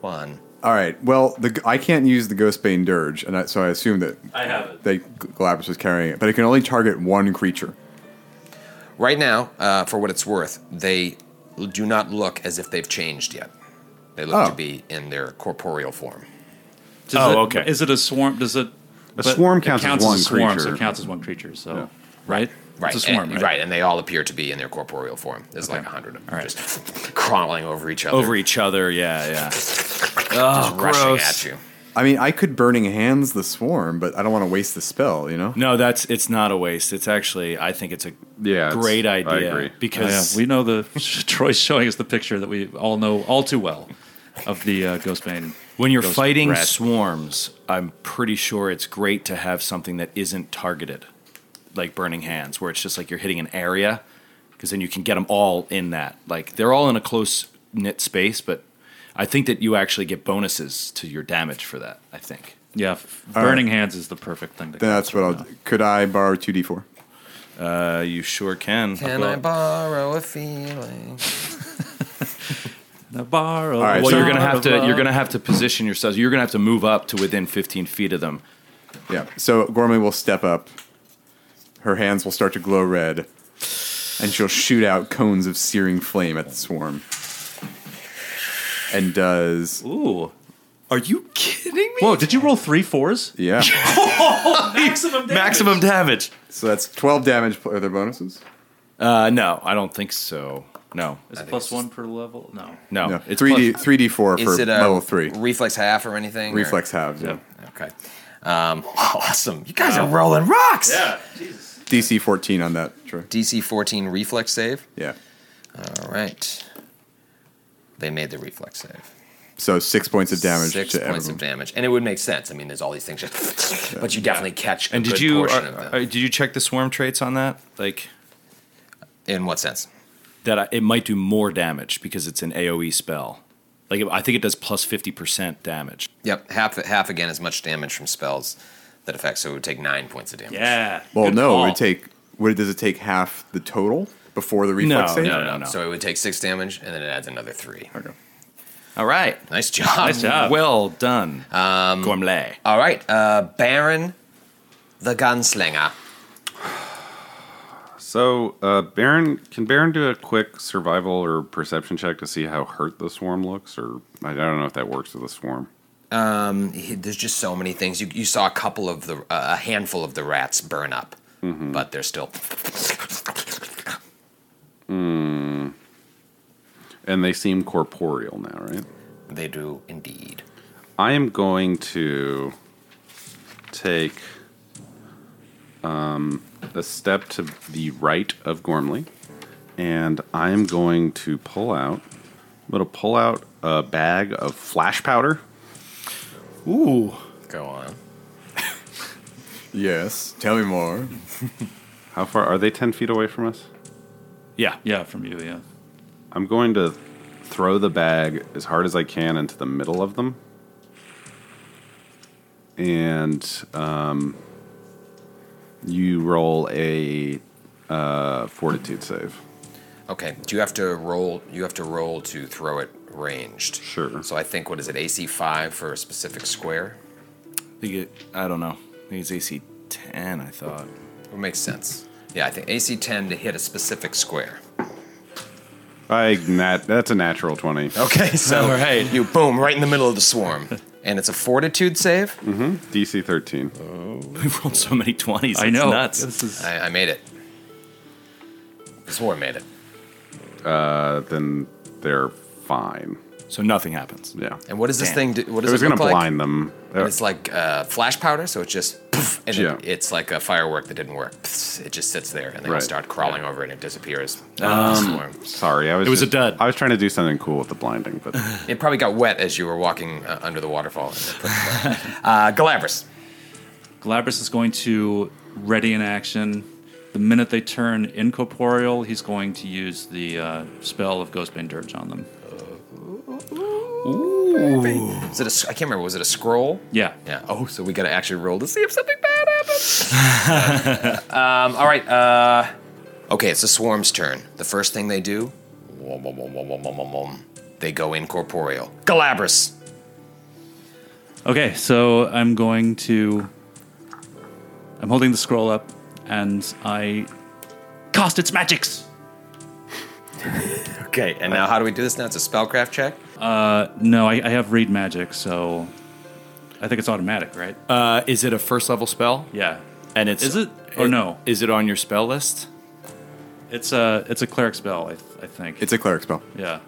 Speaker 5: one.
Speaker 3: All right. Well, the, I can't use the Ghostbane Dirge, and I, so I assume that
Speaker 6: I have it.
Speaker 3: that Galabras was carrying it, but it can only target one creature.
Speaker 5: Right now, uh, for what it's worth, they do not look as if they've changed yet. They look
Speaker 3: Oh.
Speaker 5: to be in their corporeal form.
Speaker 6: Does
Speaker 9: Oh,
Speaker 6: it-
Speaker 9: okay.
Speaker 6: Is it a swarm? Does it? but
Speaker 11: swarm
Speaker 6: it
Speaker 11: counts as one
Speaker 6: a swarm, So
Speaker 11: creature.
Speaker 6: it counts as one creature. So right,
Speaker 5: Right,
Speaker 6: It's a swarm,
Speaker 5: and,
Speaker 6: right?
Speaker 5: and they all appear to be in their corporeal form. There's like a hundred of them
Speaker 6: right.
Speaker 5: just crawling over each other,
Speaker 9: Over each other. Yeah, yeah.
Speaker 5: just rushing at
Speaker 9: gross.
Speaker 5: you.
Speaker 3: I mean, I could burning hands the swarm, but I don't want to waste the spell. You know.
Speaker 9: No, that's it's not a waste. It's actually I think it's a
Speaker 11: Yeah, it's-
Speaker 9: great
Speaker 11: I
Speaker 9: idea
Speaker 11: agree.
Speaker 6: Oh, yeah,
Speaker 9: because
Speaker 6: we know the Troy's showing us the picture that we all know all too well of the uh, Ghostbane.
Speaker 9: when you're
Speaker 6: Ghost
Speaker 9: fighting
Speaker 6: rat.
Speaker 9: swarms, I'm pretty sure it's great to have something that isn't targeted, like burning hands, where it's just like you're hitting an area, because then you can get them all in that. Like they're all in a close knit space, but I think that you actually get bonuses to your damage for that. I think.
Speaker 6: Yeah, f- burning hands is the perfect thing. To
Speaker 3: Then that's what I'll. Could I borrow two d four?
Speaker 9: Uh, you sure can.
Speaker 5: Can I borrow a feeling?
Speaker 6: Now borrow. All
Speaker 3: right,
Speaker 9: Well,
Speaker 3: so-
Speaker 9: you're gonna have to you're gonna have to position yourselves. You're gonna have to move up to within 15 feet of them.
Speaker 3: Yeah. So Gormley will step up. Her hands will start to glow red, and she'll shoot out cones of searing flame at the swarm. And does
Speaker 6: Ooh.
Speaker 9: Are you kidding me?
Speaker 6: Whoa! Did you roll three fours?
Speaker 3: yeah.
Speaker 6: Maximum. Damage.
Speaker 9: Maximum damage.
Speaker 3: so that's twelve damage. Are there bonuses?
Speaker 9: Uh, no, I don't think so. No,
Speaker 6: Is it plus one per level? No.
Speaker 9: no.
Speaker 3: No,
Speaker 9: Oh, It's
Speaker 3: three D three D four for
Speaker 5: Is it uh, a
Speaker 3: level three.
Speaker 5: reflex half or anything? or-
Speaker 3: Reflex halves. Yeah.
Speaker 5: Okay. Um, awesome. You guys are rolling rocks.
Speaker 3: DC fourteen on that. Troy.
Speaker 5: DC 14 reflex save.
Speaker 3: Yeah.
Speaker 5: All right. They made the reflex save.
Speaker 3: So six points of damage
Speaker 5: Six
Speaker 3: to
Speaker 5: points
Speaker 3: everyone.
Speaker 5: of damage, and it would make sense. I mean, there's all these things, just but you definitely catch. A
Speaker 9: And
Speaker 5: good
Speaker 9: did you
Speaker 5: portion
Speaker 9: are-
Speaker 5: of them.
Speaker 9: are- did you check the swarm traits on that? Like
Speaker 5: In what sense?
Speaker 9: that, I, it might do more damage because it's an AOE spell. Like I think it does plus fifty percent damage.
Speaker 5: Yep, half half again as much damage from spells that affect. So it would take nine points of damage.
Speaker 6: Yeah.
Speaker 3: Well,
Speaker 6: Good
Speaker 3: no,
Speaker 6: call.
Speaker 3: it would take. What does it take? Half the total before the
Speaker 9: No,
Speaker 3: reflex save.
Speaker 9: no, no, no.
Speaker 5: So it would take six damage, and then it adds another three.
Speaker 9: All right.
Speaker 5: Nice job.
Speaker 6: Nice job.
Speaker 9: Oh, Well done, um, Gormley.
Speaker 5: All right, uh, Baron, the gunslinger.
Speaker 11: So, uh, Baron, can Baron do a quick survival or perception check to see how hurt the swarm looks? Or I don't know if that works with the swarm.
Speaker 5: He- There's just so many things. You, you saw a couple of the uh, a handful of the rats burn up, but they're still
Speaker 11: And they seem corporeal now, right?
Speaker 5: they do indeed.
Speaker 11: I am going to take um, a step to the right of Gormley, and I am going to pull out. I'm going to pull out a bag of flash powder.
Speaker 9: Ooh.
Speaker 5: Go on.
Speaker 3: Yes. Tell me more.
Speaker 11: How far are they? Ten feet away from us.
Speaker 9: Yeah.
Speaker 6: Yeah, from you, yeah.
Speaker 11: I'm going to throw the bag as hard as I can into the middle of them. And um, you roll a uh, fortitude save.
Speaker 5: Okay. Do you have to roll? You have to roll to throw it ranged.
Speaker 11: Sure.
Speaker 5: So I think what is it? AC five for a specific square.
Speaker 9: I, think it, I don't know. I think it's AC ten. I thought.
Speaker 5: It makes sense. Yeah, I think AC ten to hit a specific square.
Speaker 11: I nat- that's a natural twenty.
Speaker 5: Okay, so
Speaker 9: All right.
Speaker 5: you boom right in the middle of the swarm, and it's a fortitude save.
Speaker 11: DC thirteen.
Speaker 5: Uh-huh.
Speaker 9: We've rolled so many twenties.
Speaker 6: I know.
Speaker 9: Nuts.
Speaker 6: This is
Speaker 5: I, I made it. The swarm made it,
Speaker 11: Uh, then they're fine.
Speaker 9: So nothing happens.
Speaker 11: Yeah.
Speaker 5: and what does this thing
Speaker 9: Damn.
Speaker 5: do? What
Speaker 11: I
Speaker 5: does
Speaker 11: was
Speaker 5: it
Speaker 11: gonna
Speaker 5: look like?
Speaker 11: blind them. Uh,
Speaker 5: It's like uh, flash powder, so it's just poof, and
Speaker 11: Yeah.
Speaker 5: it, it's like a firework that didn't work. Pss, it just sits there, and they all
Speaker 11: Right. Um,
Speaker 5: start crawling over it, and it disappears. Uh, swarm.
Speaker 11: Oh, sorry, I was.
Speaker 9: It was a
Speaker 11: just-
Speaker 9: dud.
Speaker 11: I was trying to do something cool with the blinding, but
Speaker 5: It probably got wet as you were walking uh, under the waterfall. uh, Galabras.
Speaker 6: Galabras is going to ready in action. The minute they turn incorporeal, he's going to use the uh, spell of Ghostbane Dirge on them.
Speaker 5: Is it a s- I can't remember. Was it a scroll?
Speaker 6: Yeah.
Speaker 5: Yeah. Oh, so we gotta actually roll to see if something bad happens. um, all right. Uh, okay, it's the swarm's turn. The first thing they do, wom, wom, wom, wom, wom, wom, wom, wom, they go incorporeal. Galabras.
Speaker 6: Okay, so I'm going to. I'm holding the scroll up, and I cast its magics.
Speaker 5: Okay, and now how do we do this? Now it's a spellcraft check.
Speaker 6: No, I, I have read magic, so I think it's automatic, right?
Speaker 9: Uh, is it a first level spell?
Speaker 6: yeah.
Speaker 9: And it's
Speaker 6: Is it or no?
Speaker 9: Is it on your spell list?
Speaker 6: It's a it's a cleric spell, I, th- I think.
Speaker 3: It's a cleric spell.
Speaker 6: yeah.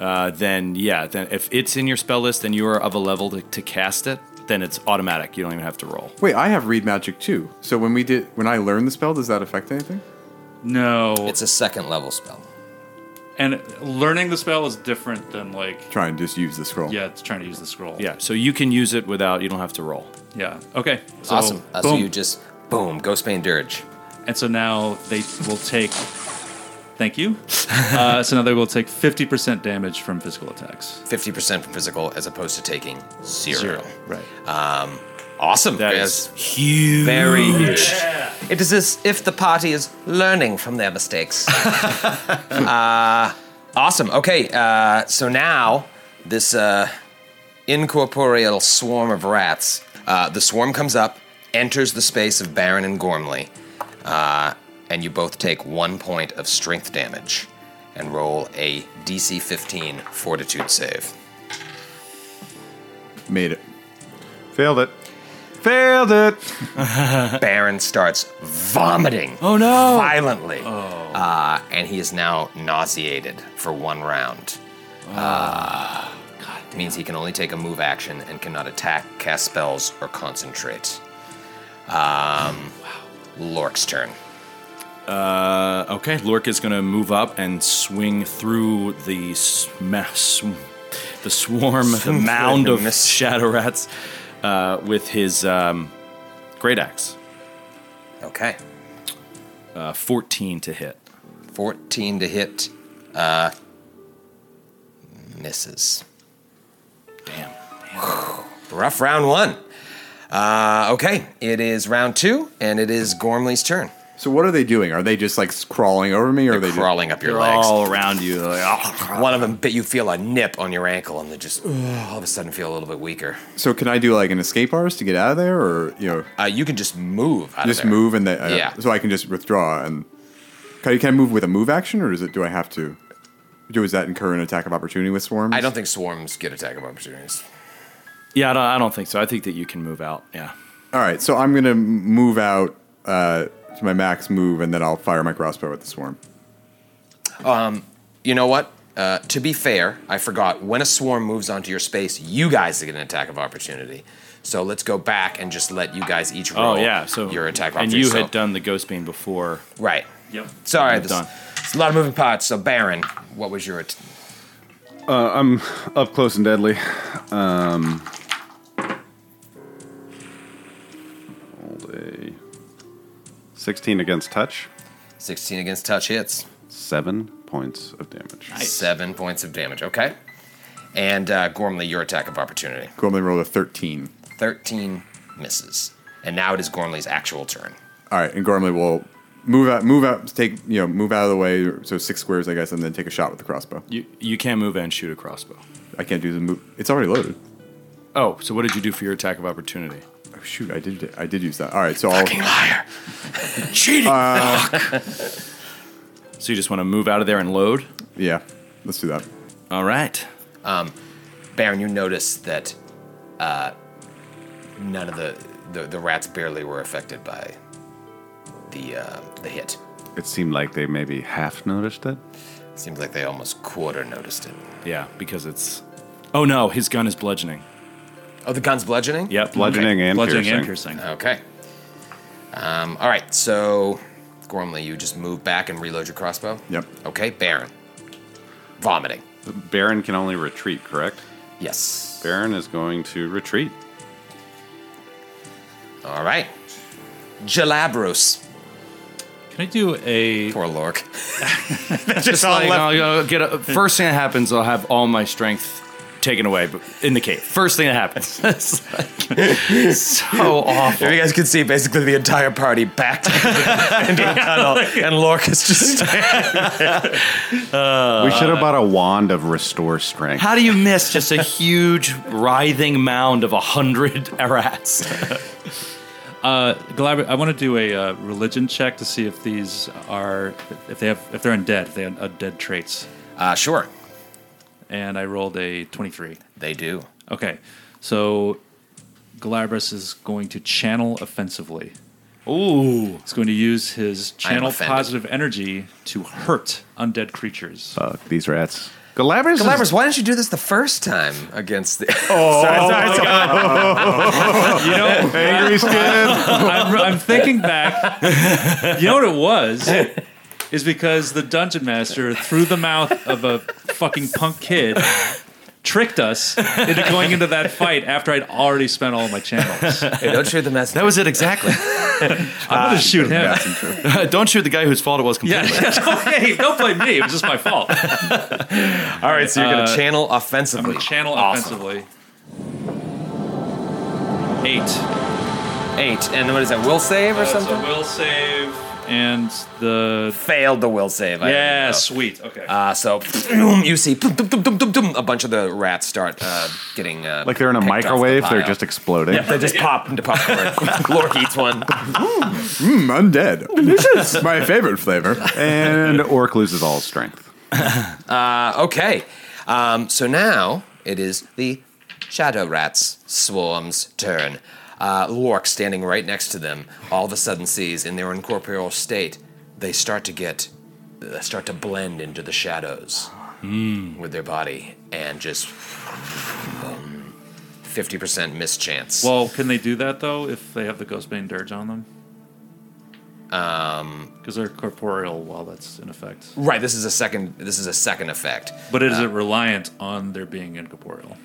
Speaker 9: Uh, then yeah. Then if it's in your spell list and you are of a level to, to cast it, then it's automatic. You don't even have to roll.
Speaker 3: Wait, I have read magic too. So when we did, when I learned the spell, does that affect anything?
Speaker 6: No,
Speaker 5: It's a second level spell.
Speaker 6: and learning the spell is different than like
Speaker 3: Try and just use the scroll.
Speaker 6: yeah, it's trying to use the scroll.
Speaker 9: Yeah. So you can use it without. You don't have to roll.
Speaker 6: Yeah. Okay. So,
Speaker 5: awesome. Uh, so
Speaker 6: boom.
Speaker 5: you just boom, Ghostbane Dirge.
Speaker 6: and so now they will take. Thank you. Uh, so now they will take fifty percent damage from physical attacks.
Speaker 5: Fifty percent from physical, as opposed to taking zero.
Speaker 6: Right.
Speaker 5: Awesome.
Speaker 9: That
Speaker 5: Yes.
Speaker 9: is huge.
Speaker 5: Very huge. It is as if the party is learning from their mistakes. uh, awesome. Okay, uh, so now this uh, incorporeal swarm of rats, uh, the swarm comes up, enters the space of Baron and Gormley, uh, and you both take one point of strength damage and roll a DC 15 fortitude save.
Speaker 3: Made it.
Speaker 11: failed it. Failed it.
Speaker 5: Baron starts vomiting.
Speaker 9: Oh no. Oh.
Speaker 5: violently. uh, and he is now nauseated for one round.
Speaker 9: Oh.
Speaker 5: Uh, means he can only take a move action and cannot attack, cast spells, or concentrate. Um, Lork's turn.
Speaker 9: Uh, okay, Lork is going to move up and swing through the sma- sw- the swarm, the mound of
Speaker 5: Goodness.
Speaker 9: shadow rats uh, with his um, great axe.
Speaker 5: Okay.
Speaker 9: Uh, 14 to hit.
Speaker 5: 14 to hit. Uh, misses.
Speaker 9: Damn.
Speaker 5: Rough round one. Uh, okay, it is round two, and it is Gormley's turn.
Speaker 3: So what are they doing? Are they just like crawling over me, or are they just-
Speaker 5: Crawling up your
Speaker 9: They're
Speaker 5: legs.
Speaker 9: all around you. Like, "Ah."
Speaker 5: One of them bit you feel a nip on your ankle, and they just ugh, all of a sudden feel a little bit weaker.
Speaker 3: So can I do like an escape artist to get out of there, or you know,
Speaker 5: Uh, you can just move. Out
Speaker 3: just
Speaker 5: of there.
Speaker 3: move and then uh,
Speaker 5: Yeah.
Speaker 3: so I can just withdraw and can I, can I move with a move action, or is it do I have to? Do is that incur an attack of opportunity with swarms?
Speaker 5: I don't think swarms get attack of opportunities.
Speaker 9: yeah, I don't, I don't think so. I think that you can move out. Yeah.
Speaker 3: All right, so I'm gonna move out uh, to my max move, and then I'll fire my crossbow at the swarm.
Speaker 5: You know what? Uh, to be fair, I forgot. When a swarm moves onto your space, you guys get an attack of opportunity. So let's go back and just let you guys each
Speaker 9: Oh,
Speaker 5: roll
Speaker 9: yeah. So
Speaker 5: your attack of
Speaker 9: and
Speaker 5: opportunity.
Speaker 9: you
Speaker 5: So-
Speaker 9: had done the ghost beam before.
Speaker 5: Right.
Speaker 6: Yep.
Speaker 5: Sorry,
Speaker 9: You've
Speaker 5: this,
Speaker 9: done.
Speaker 5: it's a lot of moving parts. So, Baron, what was your. At-
Speaker 11: Up close and deadly. Um, hold a 16 against touch,
Speaker 5: 16 against touch hits.
Speaker 11: seven points of damage.
Speaker 5: Seven points of damage. Okay. And uh, Gormley, your attack of opportunity.
Speaker 3: Gormley rolled a 13.
Speaker 5: 13 misses. And now it is Gormley's actual turn.
Speaker 3: All right, and Gormley will move out, move out, take you know, move out of the way, so six squares, I guess, and then take a shot with the crossbow.
Speaker 9: You, you can move and shoot a crossbow.
Speaker 3: I can't do the move. It's already loaded.
Speaker 9: Oh, so what did you do for your attack of opportunity?
Speaker 3: Oh, shoot, I did, I did use that. All right, so I'll.
Speaker 5: liar!
Speaker 9: Cheating! so you just want to move out of there and load?
Speaker 3: Yeah, let's do that.
Speaker 9: All right.
Speaker 5: Baron, you notice that uh, none of the, the the rats barely were affected by the uh, the hit.
Speaker 11: It seemed like they maybe half noticed it.
Speaker 5: Seems like they almost quarter noticed it.
Speaker 9: Yeah, because it's. Oh no, his gun is bludgeoning.
Speaker 5: Oh, the gun's bludgeoning.
Speaker 9: Yep,
Speaker 11: Bludgeoning and
Speaker 6: Bludgeoning
Speaker 11: piercing.
Speaker 6: and piercing.
Speaker 5: Okay. Um, all right. So, Gormley, you just move back and reload your crossbow.
Speaker 3: Yep.
Speaker 5: Okay, Baron. Vomiting.
Speaker 11: Baron can only retreat, correct?
Speaker 5: Yes.
Speaker 11: Baron is going to retreat.
Speaker 5: All right. Jalabros.
Speaker 6: Can I do a?
Speaker 5: Poor Lork.
Speaker 9: Just like, I'll, i get a, first thing that happens, I'll have all my strength taken away but in the cave. First thing that happens. It's like- so awful.
Speaker 5: If you guys can see, basically the entire party backed into a tunnel, and Lork is just
Speaker 11: we should have bought a wand of restore strength.
Speaker 9: How do you miss just a huge writhing mound of a hundred rats?
Speaker 6: Uh, Galabra, I want to do a uh, religion check to see if these are if they have if they're undead if they have undead traits.
Speaker 5: Uh, sure,
Speaker 6: And I rolled a twenty-three.
Speaker 5: they do.
Speaker 6: Okay, so Galabras is going to channel offensively. Ooh! He's going to use his channel
Speaker 5: offended.
Speaker 6: positive energy to hurt undead creatures.
Speaker 11: Fuck, Uh, these rats. Galabras.
Speaker 5: Glamours,
Speaker 11: is-
Speaker 5: why didn't you do this the first time against the? Oh,
Speaker 6: you know,
Speaker 11: Angry skin.
Speaker 6: I'm, I'm thinking back. You know what it was? Is because the dungeon master, through the mouth of a fucking punk kid, tricked us into going into that fight after I'd already spent all my channels. Ah, I'm
Speaker 5: don't shoot the mess.
Speaker 9: That was it exactly.
Speaker 6: gonna shoot him.
Speaker 9: Don't shoot the guy whose fault it was
Speaker 6: Yeah,
Speaker 9: completely.
Speaker 6: okay, don't blame me. It was just my fault.
Speaker 5: all right. So you're gonna
Speaker 6: uh,
Speaker 5: channel
Speaker 6: I'm
Speaker 5: offensively.
Speaker 6: gonna channel offensively. Eight.
Speaker 5: Eight, and what is that? Will save or something?
Speaker 6: So will save and the
Speaker 5: Failed the will save. I
Speaker 6: yeah,
Speaker 5: didn't know.
Speaker 6: sweet. Okay.
Speaker 5: Uh, so you see dum, dum, dum, dum, dum, a bunch of the rats start uh, getting uh,
Speaker 11: Like they're in a
Speaker 5: picked off the
Speaker 11: microwave. they're
Speaker 5: pile.
Speaker 11: just exploding.
Speaker 5: they just pop into popcorn. Lork eats one.
Speaker 3: Hmm, undead. This is my favorite flavor.
Speaker 11: And Orc loses all strength.
Speaker 5: Uh, Okay. Um, so now it is the Shadow Rats Swarm's turn. Uh, Lork, standing right next to them, all of a sudden sees in their incorporeal state, they start to get uh, start to blend into the shadows with their body and just fifty percent mischance.
Speaker 6: Well, can they do that though if they have the Ghostbane Dirge on them? Um, because they're corporeal while that's in effect.
Speaker 5: right, this is a second. This is a second effect.
Speaker 6: But is it reliant on their being incorporeal?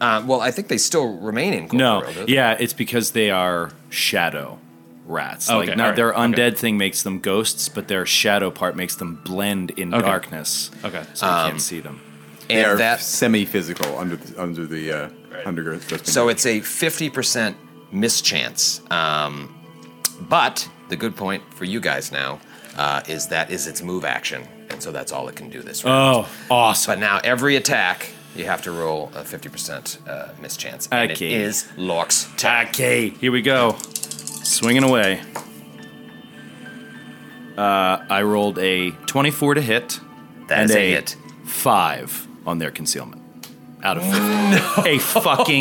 Speaker 5: Um, well, I think they still remain incorporeal.
Speaker 9: No,
Speaker 5: don't they?
Speaker 9: yeah, it's because they are shadow rats.
Speaker 6: Okay,
Speaker 9: like not
Speaker 6: alright,
Speaker 9: their
Speaker 6: okay.
Speaker 9: undead thing makes them ghosts, but their shadow part makes them blend in
Speaker 6: Okay.
Speaker 9: darkness,
Speaker 6: Okay.
Speaker 9: so you can't see them.
Speaker 5: And
Speaker 3: they are
Speaker 5: that-
Speaker 3: semi-physical under the, under the uh, undergrowth. Ghostbane
Speaker 5: So
Speaker 3: Dirge.
Speaker 5: it's a 50% mischance. Um, but the good point for you guys now uh, is that is its move action. And so that's all it can do this round.
Speaker 9: Oh, awesome!
Speaker 5: But now every attack, you have to roll a 50% uh, mischance. And it
Speaker 9: Okay.
Speaker 5: is Lork's turn.
Speaker 9: Okay, here we go, swinging away. Uh, I rolled a twenty-four to hit.
Speaker 5: That is
Speaker 9: and
Speaker 5: a hit.
Speaker 9: Five on their concealment. Out of 50. A fucking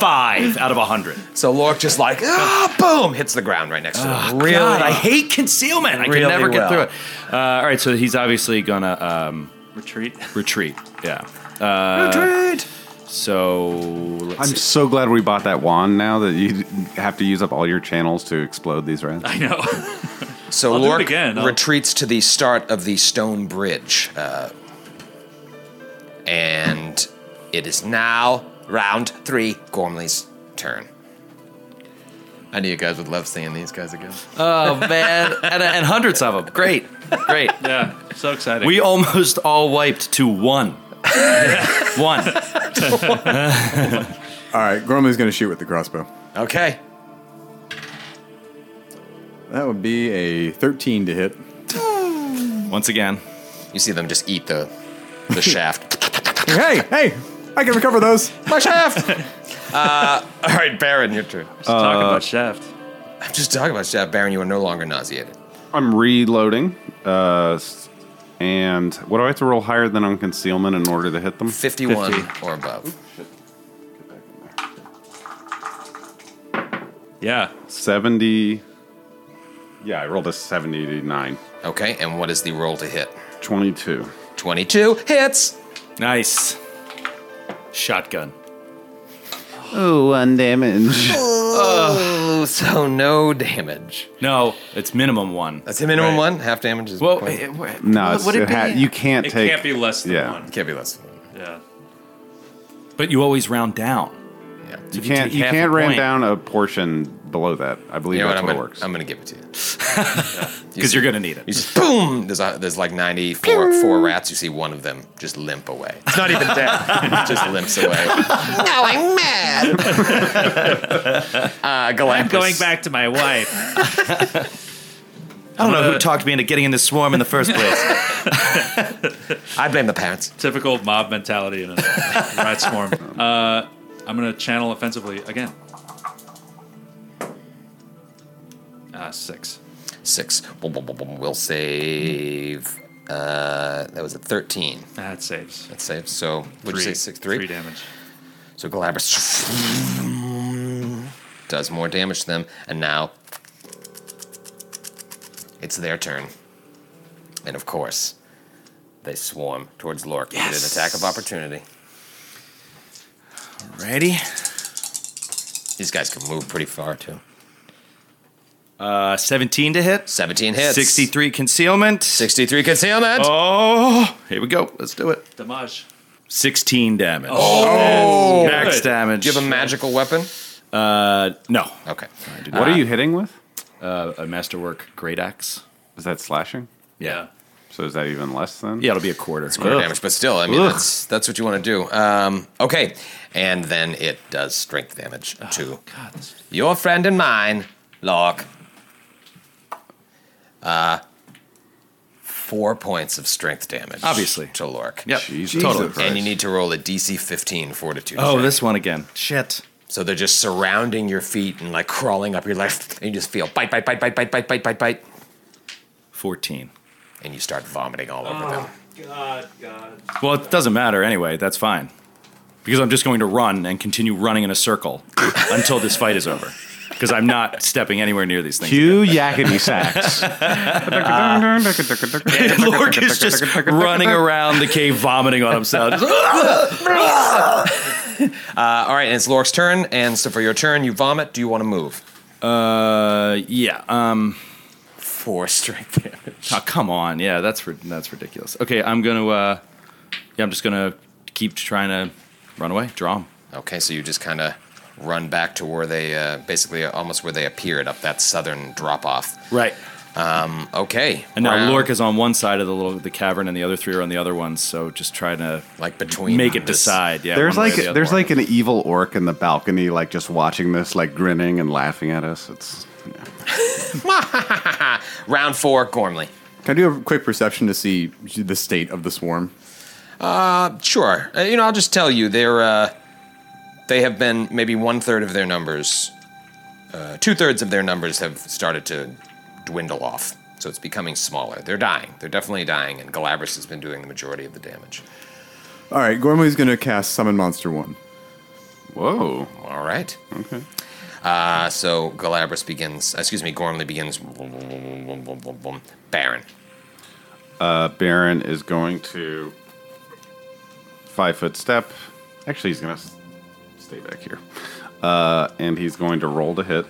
Speaker 9: five out of a hundred.
Speaker 5: So Lork just like, ah, boom, hits the ground right next to him. really?
Speaker 9: Ah, God, I hate concealment. I
Speaker 5: Really
Speaker 9: can never get
Speaker 5: well.
Speaker 9: through it. Uh, all right, so he's obviously gonna um,
Speaker 6: Retreat.
Speaker 9: retreat. Yeah. retreat. So let's
Speaker 11: I'm
Speaker 9: see.
Speaker 11: so glad we bought that wand now that you have to use up all your channels to explode these rats.
Speaker 6: I know.
Speaker 5: So
Speaker 6: I'll do it
Speaker 5: Lork
Speaker 6: again. I'll-
Speaker 5: retreats to the start of the stone bridge. Uh, and it is now round three, Gormley's turn. I knew you guys would love seeing these guys again.
Speaker 9: oh man, and, and hundreds of them. Great, great.
Speaker 6: yeah. So exciting.
Speaker 9: We almost all wiped to one. one.
Speaker 3: all right. Gormley's going to shoot with the crossbow.
Speaker 5: Okay.
Speaker 3: That would be a 13 to hit.
Speaker 9: Once again.
Speaker 5: You see them just eat the the shaft.
Speaker 3: Hey, hey, I can recover those.
Speaker 5: My shaft! uh, all right, Baron, your turn.
Speaker 6: talk about Shaft.
Speaker 5: I'm just talking about shaft. Baron, you are no longer nauseated.
Speaker 11: I'm reloading. Uh, s- and what do I have to roll higher than on concealment in order to hit them?
Speaker 5: 51 or above.
Speaker 6: Yeah.
Speaker 11: 70. Yeah, I rolled a 79.
Speaker 5: Okay, and what is the roll to hit?
Speaker 11: 22.
Speaker 5: 22 hits!
Speaker 9: Nice. Shotgun.
Speaker 11: Oh, one damage.
Speaker 5: Oh, so no damage.
Speaker 9: No, it's minimum one.
Speaker 5: That's a minimum
Speaker 9: Right.
Speaker 5: one. Half damage is
Speaker 9: Well,
Speaker 5: point.
Speaker 9: it- it-
Speaker 11: no,
Speaker 9: what
Speaker 11: it's,
Speaker 9: would
Speaker 11: it ha-
Speaker 9: be?
Speaker 11: you can't
Speaker 6: It
Speaker 11: take.
Speaker 6: can't be less than
Speaker 11: yeah.
Speaker 6: one.
Speaker 5: can't be less.
Speaker 6: Yeah.
Speaker 9: But you always round down.
Speaker 5: Yeah.
Speaker 11: You
Speaker 9: If you
Speaker 11: can't.
Speaker 9: take
Speaker 11: You
Speaker 9: half a
Speaker 11: can't ram
Speaker 9: point-
Speaker 11: down a portion below that. I believe
Speaker 5: You know what?
Speaker 11: that's
Speaker 5: I'm
Speaker 11: what it
Speaker 5: gonna,
Speaker 11: works.
Speaker 5: I'm gonna give it to you. Because
Speaker 9: because you're gonna need it.
Speaker 5: You just boom. There's a, there's like 94 four rats. You see one of them just limp away. It's not even dead. It just limps away. now I'm mad. uh, Galactus.
Speaker 6: I'm going back to my wife.
Speaker 9: I don't
Speaker 6: Uh,
Speaker 9: know who talked me into getting in the swarm in the first place.
Speaker 5: I blame the parents.
Speaker 6: Typical mob mentality in a rat swarm. Uh, I'm gonna channel offensively again. Uh, six.
Speaker 5: Six. Boom, boom, boom, boom. We'll save. Uh, that was a 13.
Speaker 6: That saves.
Speaker 5: That saves. So would you say six three?
Speaker 6: Three damage.
Speaker 5: So Galabras does more damage to them, and now it's their turn. And of course, they swarm towards Lork. Yes. an attack of opportunity.
Speaker 9: Ready?
Speaker 5: These guys can move pretty far too.
Speaker 9: Uh, 17 to hit.
Speaker 5: 17 hits.
Speaker 9: 63 concealment.
Speaker 5: 63 concealment.
Speaker 9: Oh, here we go. Let's do it.
Speaker 6: Damage.
Speaker 9: 16 damage. Oh, max
Speaker 6: Good.
Speaker 9: damage.
Speaker 5: Do you have a magical weapon?
Speaker 9: uh, no.
Speaker 5: Okay.
Speaker 11: what are you hitting with?
Speaker 9: Uh, a masterwork great axe.
Speaker 11: Is that slashing?
Speaker 6: Yeah.
Speaker 11: So is that even less than?
Speaker 9: Yeah, it'll be a quarter.
Speaker 5: Quarter
Speaker 9: Ugh.
Speaker 5: damage, but still, I mean,
Speaker 9: Ugh.
Speaker 5: that's that's what you want to do. Um, okay, and then it does strength damage too.
Speaker 6: God, this
Speaker 5: Your friend and mine, Locke. Uh, four points of strength damage.
Speaker 9: Obviously.
Speaker 5: To Lork.
Speaker 9: Yep.
Speaker 11: Jesus
Speaker 9: Totally.
Speaker 11: Christ.
Speaker 5: And you need to roll a DC 15 fortitude.
Speaker 9: Oh,
Speaker 5: check.
Speaker 9: this one again. Shit.
Speaker 5: So they're just surrounding your feet and like crawling up your left, and you just feel bite, bite, bite, bite, bite, bite, bite, bite, bite,
Speaker 9: 14.
Speaker 5: and you start vomiting all over them.
Speaker 9: Oh. Well, it doesn't matter anyway. That's fine. Because I'm just going to run and continue running in a circle until this fight is over. because I'm not stepping anywhere near these things.
Speaker 11: Cue yakety sax.
Speaker 9: Lork is just running around the cave, vomiting on himself. Just,
Speaker 5: Uh, all right, and it's Lork's turn, and so for your turn, you vomit. Do you want to move?
Speaker 9: uh, yeah. Um,
Speaker 5: Four strength damage.
Speaker 9: oh, come on. Yeah, that's rid- that's ridiculous. Okay, I'm gonna. Uh, yeah, I'm just gonna keep trying to run away. Draw him.
Speaker 5: Okay, so you just kind of run back to where they, uh, basically, almost where they appeared up that southern drop off.
Speaker 9: Right.
Speaker 5: Um, okay.
Speaker 9: And now
Speaker 5: round-
Speaker 9: Lork is on one side of the little the cavern, and the other three are on the other one. So just trying to
Speaker 5: Like between
Speaker 9: make it
Speaker 5: this-
Speaker 9: decide. Yeah,
Speaker 11: There's
Speaker 9: one way
Speaker 11: like
Speaker 9: or the other
Speaker 11: there's
Speaker 9: one.
Speaker 11: like an evil orc in the balcony, like just watching this, like grinning and laughing at us. It's
Speaker 5: Round four, Gormley.
Speaker 3: Can I do a quick perception to see the state of the swarm?
Speaker 5: Sure. Uh, you know, I'll just tell you, they're uh, they have been maybe one third of their numbers, uh, two thirds of their numbers have started to dwindle off. So it's becoming smaller. They're dying. They're definitely dying, and Galabras has been doing the majority of the damage.
Speaker 3: All right, Gormley's going to cast Summon Monster 1.
Speaker 11: whoa.
Speaker 5: All right. Okay. Uh, so Galabras begins. uh, Excuse me. Gormley begins. Baron.
Speaker 11: Uh, Baron is going to five foot step. Actually, he's going to stay back here, uh, and he's going to roll to hit.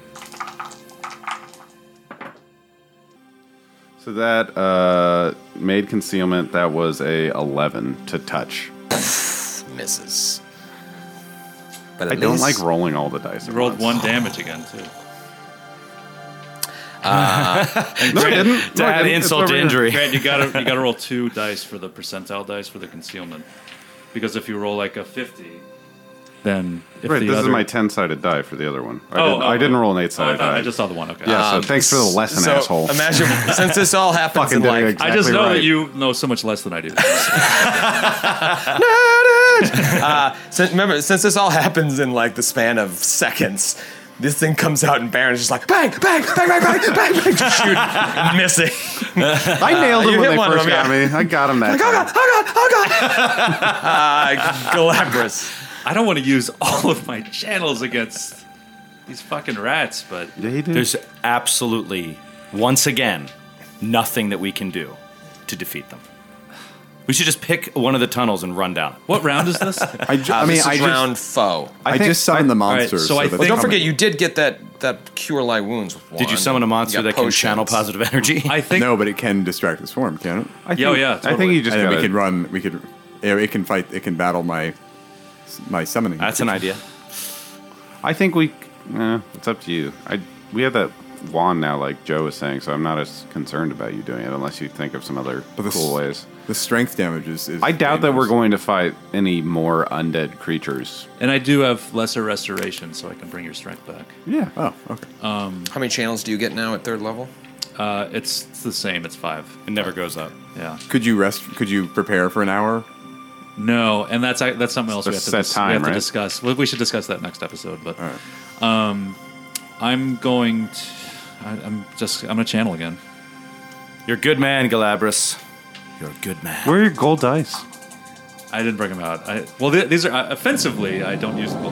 Speaker 11: So that uh, made concealment. That was a eleven to touch.
Speaker 5: Misses. But
Speaker 11: I
Speaker 5: at
Speaker 11: don't
Speaker 5: least-
Speaker 11: like rolling all the dice. at
Speaker 6: Rolled
Speaker 11: once.
Speaker 6: one damage again too.
Speaker 11: No, I didn't. No, I
Speaker 9: to add
Speaker 11: didn't. It's
Speaker 9: insult
Speaker 11: over
Speaker 9: to
Speaker 11: here.
Speaker 9: injury.
Speaker 6: Grant, you gotta you gotta roll two dice for the percentile dice for the concealment, because if you roll like a fifty, then if
Speaker 11: Right,
Speaker 6: the
Speaker 11: this
Speaker 6: other,
Speaker 11: is my ten-sided die for the other one. I,
Speaker 6: Oh,
Speaker 11: didn't,
Speaker 6: oh,
Speaker 11: I didn't
Speaker 6: oh.
Speaker 11: roll an
Speaker 6: Oh, I,
Speaker 11: eight-sided
Speaker 6: thought-
Speaker 11: die.
Speaker 6: I just saw the one. Okay.
Speaker 11: yeah, so thanks for the lesson,
Speaker 5: so
Speaker 11: asshole.
Speaker 5: imagine since this all happens
Speaker 11: Fucking
Speaker 5: in
Speaker 11: did it
Speaker 5: life.
Speaker 11: again.
Speaker 6: I just know
Speaker 11: exactly
Speaker 6: that
Speaker 11: right.
Speaker 6: you know so much less than I do.
Speaker 5: Since, remember, since this all happens in like the span of seconds, this thing comes out and Baron's just like bang, bang, bang, bang, bang, bang, bang, just shoot, missing.
Speaker 11: I nailed him
Speaker 5: you
Speaker 11: when
Speaker 5: hit
Speaker 11: they
Speaker 5: one of
Speaker 11: first
Speaker 5: them,
Speaker 11: got me. I got him that
Speaker 5: Oh
Speaker 11: time.
Speaker 5: god, oh god, oh god. uh, Galabras.
Speaker 6: I don't want to use all of my channels against these fucking rats, but
Speaker 11: Yeah, he did.
Speaker 9: There's absolutely, once again, nothing that we can do to defeat them. We should just pick one of the tunnels and run down.
Speaker 6: what round is this?
Speaker 3: I, ju-
Speaker 5: Uh,
Speaker 3: I mean,
Speaker 5: this
Speaker 3: I
Speaker 5: is
Speaker 3: just,
Speaker 5: round foe.
Speaker 3: I,
Speaker 11: think-
Speaker 3: just summoned the monster.
Speaker 6: so I
Speaker 3: that's
Speaker 6: think-
Speaker 5: Don't
Speaker 3: coming.
Speaker 5: forget, you did get that that cure light wounds. Wand.
Speaker 9: Did you summon a monster
Speaker 5: got
Speaker 9: that can
Speaker 5: potions.
Speaker 9: channel positive energy?
Speaker 6: I think
Speaker 3: no, but it can distract the swarm, can it?
Speaker 11: I think,
Speaker 6: Yeah, oh, yeah,
Speaker 11: I think
Speaker 6: totally.
Speaker 11: you just
Speaker 3: and then we
Speaker 11: got
Speaker 3: could run. We could. yeah, It can fight. It can battle my my summoning.
Speaker 9: That's an idea.
Speaker 11: I think we. Eh, it's up to you. I we have that wand now, like Joe was saying, so I'm not as concerned about you doing it unless you think of some other
Speaker 3: But this-
Speaker 11: cool ways.
Speaker 3: The strength damage is. is
Speaker 11: I doubt that we're
Speaker 3: dangerous.
Speaker 11: going to fight any more undead creatures.
Speaker 6: and I do have lesser restoration, so I can bring your strength back.
Speaker 11: Yeah.
Speaker 3: Oh, okay.
Speaker 5: How many channels do you get now at third level?
Speaker 6: Uh, it's, it's the same. It's five.
Speaker 9: It never goes up.
Speaker 6: Yeah.
Speaker 3: Could you rest? Could you prepare for an hour?
Speaker 6: No, and that's that's something else
Speaker 11: a
Speaker 6: we have, to,
Speaker 11: set
Speaker 6: dis- we
Speaker 11: time,
Speaker 6: have
Speaker 11: right?
Speaker 6: to discuss. Well, we should discuss that next episode. But
Speaker 3: right.
Speaker 6: um, I'm going. To, I, I'm just. I'm gonna channel again.
Speaker 9: You're a good man, Galabras. You're a good man.
Speaker 11: Where are your gold dice?
Speaker 6: I didn't bring them out. I, well, th- these are uh, offensively. I don't use them.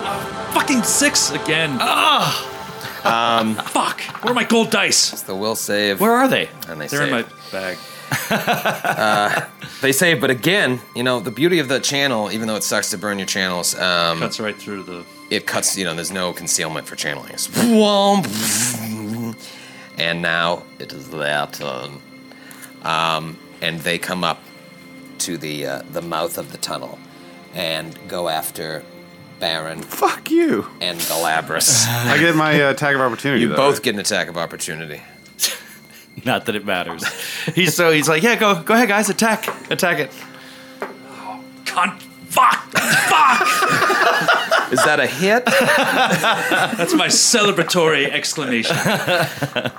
Speaker 6: Ah, Fucking six again. Ah. Um. Fuck. Where are my gold dice?
Speaker 5: The will save.
Speaker 9: Where are they?
Speaker 5: and they
Speaker 6: They're
Speaker 5: save.
Speaker 6: in my bag.
Speaker 5: They save, but again, you know, the beauty of the channel, even though it sucks to burn your channels, um,
Speaker 6: Cuts right through the.
Speaker 5: it cuts, you know, there's no concealment for channeling. It's whomp. and now it is their turn. Um, and they come up to the uh, the mouth of the tunnel and go after Baron
Speaker 11: Fuck you!
Speaker 5: and Galabras.
Speaker 11: I get my uh, attack of opportunity.
Speaker 5: you
Speaker 11: though,
Speaker 5: both
Speaker 11: right?
Speaker 5: get an attack of opportunity.
Speaker 9: Not that it matters. he's so he's like, yeah, go go ahead, guys, attack, attack it.
Speaker 6: Cunt. Fuck. Fuck.
Speaker 5: Is that a hit?
Speaker 6: That's my celebratory exclamation.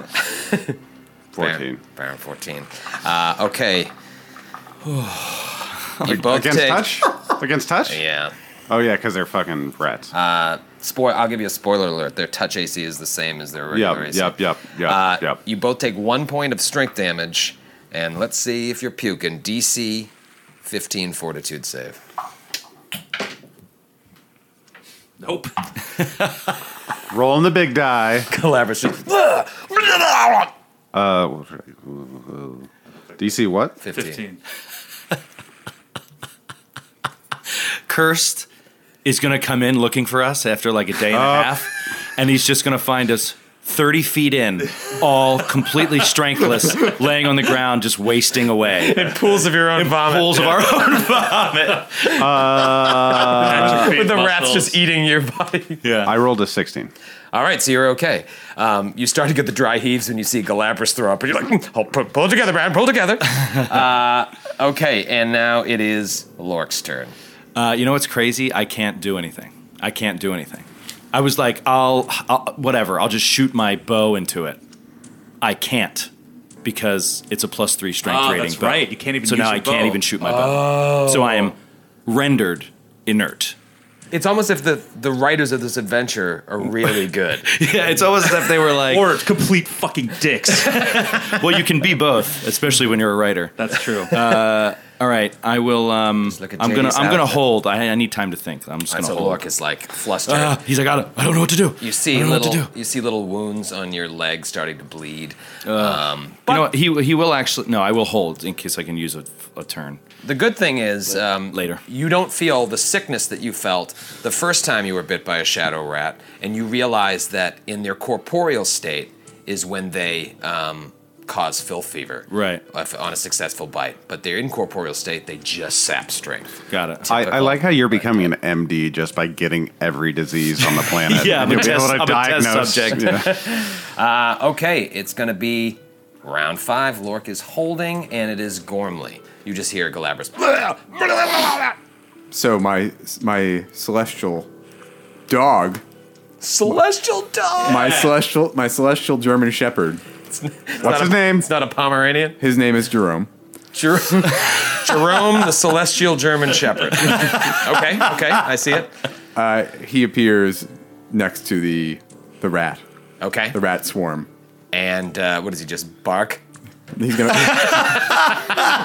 Speaker 11: fourteen.
Speaker 5: Baron, Baron 14. Uh, okay. you both
Speaker 11: Against
Speaker 5: take-
Speaker 11: touch? Against touch?
Speaker 5: Yeah.
Speaker 11: Oh yeah, because they're fucking rats.
Speaker 5: Spoil. I'll give you a spoiler alert. Their touch AC is the same as their regular
Speaker 11: yep,
Speaker 5: AC.
Speaker 11: yep, yep, yep,
Speaker 5: Uh,
Speaker 11: yep.
Speaker 5: You both take one point of strength damage, and let's see if you're puking. DC 15 Fortitude save.
Speaker 6: Nope.
Speaker 11: Rolling the big die.
Speaker 9: Collaborates.
Speaker 11: Uh, DC what?
Speaker 6: 15.
Speaker 9: Cursed is going to come in looking for us after like a day and a half, and he's just going to find us 30 feet in, all completely strengthless, laying on the ground, just wasting away. In
Speaker 12: Pools of your own vomit.
Speaker 9: pools of our own vomit.
Speaker 12: With the rats just eating your body.
Speaker 11: I rolled a 16.
Speaker 5: All right, so you're okay. Um, you start to get the dry heaves when you see Galabras throw up, and you're like, oh, pull, pull it together, Brad, pull it together. uh, okay, and now it is Lork's turn.
Speaker 9: Uh, you know what's crazy? I can't do anything. I can't do anything. I was like, I'll, I'll whatever. I'll just shoot my bow into it. I can't because it's a plus three strength
Speaker 6: Ah,
Speaker 9: rating.
Speaker 6: that's
Speaker 9: bow.
Speaker 6: right. You can't even
Speaker 9: So
Speaker 6: use
Speaker 9: now
Speaker 6: your
Speaker 9: I can't
Speaker 6: bow. Oh.
Speaker 9: even shoot my bow. So I am rendered inert.
Speaker 5: It's almost if the, the writers of this adventure are really good.
Speaker 9: Yeah, it's almost as if they were like,
Speaker 6: Or complete fucking dicks.
Speaker 9: well, you can be both, especially when you're a writer. Uh,
Speaker 6: That's true.
Speaker 9: All right, I will. Um,
Speaker 5: look at
Speaker 9: I'm gonna.
Speaker 5: Jamie's
Speaker 9: I'm gonna
Speaker 5: outfit.
Speaker 9: hold. I, I need time to think. I'm just
Speaker 5: And
Speaker 9: gonna
Speaker 5: so
Speaker 9: hold.
Speaker 5: Lork is like flustered.
Speaker 9: Ah, he's like, I don't, I don't know what to do.
Speaker 5: you
Speaker 9: I
Speaker 5: see
Speaker 9: don't know what to
Speaker 5: little
Speaker 9: do.
Speaker 5: you see little wounds on your leg starting to bleed.
Speaker 9: You know what? He he will actually. No, I will hold in case I can use a, a turn.
Speaker 5: The good thing is, um,
Speaker 9: Later.
Speaker 5: you don't feel the sickness that you felt the first time you were bit by a shadow rat, and you realize that in their corporeal state is when they um, cause filth fever,
Speaker 9: Right.
Speaker 5: if- On a successful bite, but their incorporeal state, they just sap strength.
Speaker 9: Got it.
Speaker 11: I, I like how you're becoming an MD just by getting every disease on the planet.
Speaker 9: Yeah, I'm
Speaker 11: And
Speaker 9: a test- I'm a test subject.
Speaker 11: Yeah.
Speaker 5: Uh, okay, it's gonna be round five. Lork is holding, and it is Gormley. You just hear Galabras.
Speaker 3: So my my celestial dog,
Speaker 5: Celestial dog.
Speaker 3: my celestial my celestial German Shepherd. What's his name?
Speaker 5: It's not a Pomeranian.
Speaker 3: His name is Jerome.
Speaker 5: Jer- Jerome, the celestial German shepherd. okay, okay, I see it.
Speaker 3: Uh, he appears next to the the rat,
Speaker 5: Okay.
Speaker 3: the rat swarm.
Speaker 5: And uh, what does he just bark?
Speaker 3: He's gonna.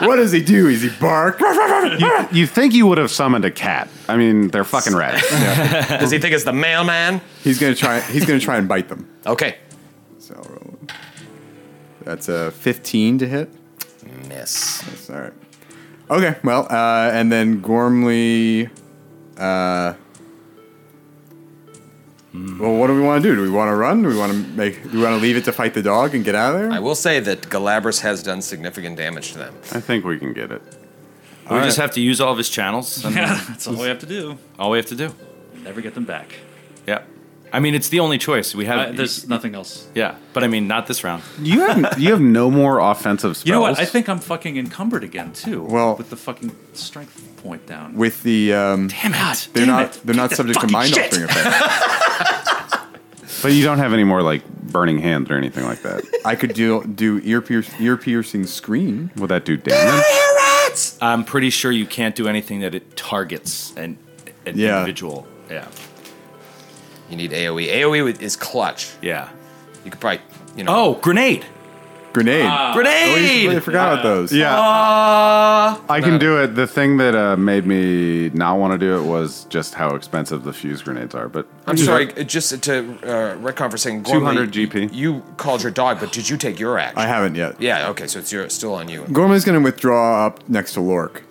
Speaker 3: what does he do? Is he bark?
Speaker 11: you, you think you would have summoned a cat? I mean, they're fucking rats.
Speaker 5: Does he think it's the mailman?
Speaker 3: He's gonna try. He's gonna try and bite them.
Speaker 5: Okay.
Speaker 3: So I'll roll. that's a 15 to hit.
Speaker 5: Miss.
Speaker 3: That's all right. Okay, well, uh, and then Gormley. Uh, well, what do we want to do? Do we want to run? Do we want to make? Do we want to leave it to fight the dog and get out of there?
Speaker 5: I will say that Galabras has done significant damage to them.
Speaker 11: I think we can get it.
Speaker 9: we just have to use all of his channels. And
Speaker 6: That's all we have to do.
Speaker 9: All we have to do.
Speaker 6: Never get them back.
Speaker 9: Yeah. I mean, it's the only choice we
Speaker 6: Uh,
Speaker 9: have.
Speaker 6: there's nothing else.
Speaker 9: yeah, but I mean, not this round.
Speaker 11: You have you have no more offensive spells.
Speaker 6: You know what? I think I'm fucking encumbered again too.
Speaker 3: Well-
Speaker 6: with the fucking strength point down.
Speaker 3: With the um,
Speaker 6: Damn it!
Speaker 3: they're
Speaker 6: Damn
Speaker 3: not
Speaker 6: it.
Speaker 3: they're not subject to
Speaker 6: fucking
Speaker 3: mind
Speaker 6: shit.
Speaker 3: altering effects.
Speaker 11: but you don't have any more like burning hands or anything like that.
Speaker 3: I could do do ear pierce, ear piercing scream.
Speaker 11: Would that do damage?
Speaker 9: I'm pretty sure you can't do anything that it targets an, an
Speaker 3: Yeah.
Speaker 9: individual. Yeah.
Speaker 5: You need E. AoE. AoE is clutch.
Speaker 9: Yeah.
Speaker 5: You could probably, you know.
Speaker 9: Oh, grenade!
Speaker 3: Grenade.
Speaker 6: Ah.
Speaker 3: oh, you
Speaker 9: Grenade!
Speaker 3: really forgot about those.
Speaker 11: Yeah.
Speaker 5: Oh,
Speaker 9: Oh,
Speaker 5: uh,
Speaker 11: I can do it. The thing that uh, made me not want to do it was just how expensive the fuse grenades are. But
Speaker 5: I'm sorry, just to uh, retcon for saying Gormley,
Speaker 11: 200 GP.
Speaker 5: You called your dog, but did you take your action?
Speaker 3: I haven't yet.
Speaker 5: Yeah, okay, so it's your, still on you.
Speaker 3: Gormley's gonna withdraw up next to Lork.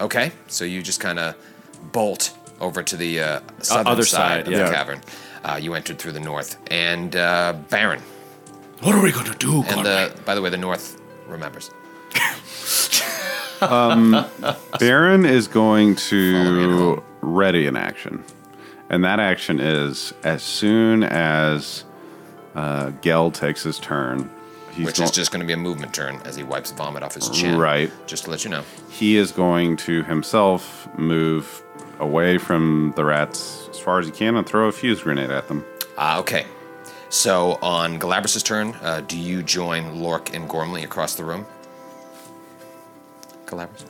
Speaker 5: Okay, so you just kind of bolt over to the uh, southern
Speaker 9: other
Speaker 5: side,
Speaker 9: side,
Speaker 5: of
Speaker 3: yeah.
Speaker 5: the cavern. Uh, you entered through the north, and uh, Baron.
Speaker 9: What are we gonna do,
Speaker 5: And
Speaker 9: Conrad?
Speaker 5: the, by the way, the north remembers.
Speaker 11: Baron is going
Speaker 5: Follow me
Speaker 11: to
Speaker 5: along.
Speaker 11: ready an action, and that action is as soon as uh, Gel takes his turn, he's
Speaker 5: Which
Speaker 11: go-
Speaker 5: is just going to be a movement turn as he wipes vomit off his chin.
Speaker 11: Right.
Speaker 5: Just to let you know.
Speaker 11: he is going to himself move away from the rats as far as he can and throw a fuse grenade at them.
Speaker 5: Uh, okay. So on Galabras' turn, uh, do you join Lork and Gormley across the room? Galabras?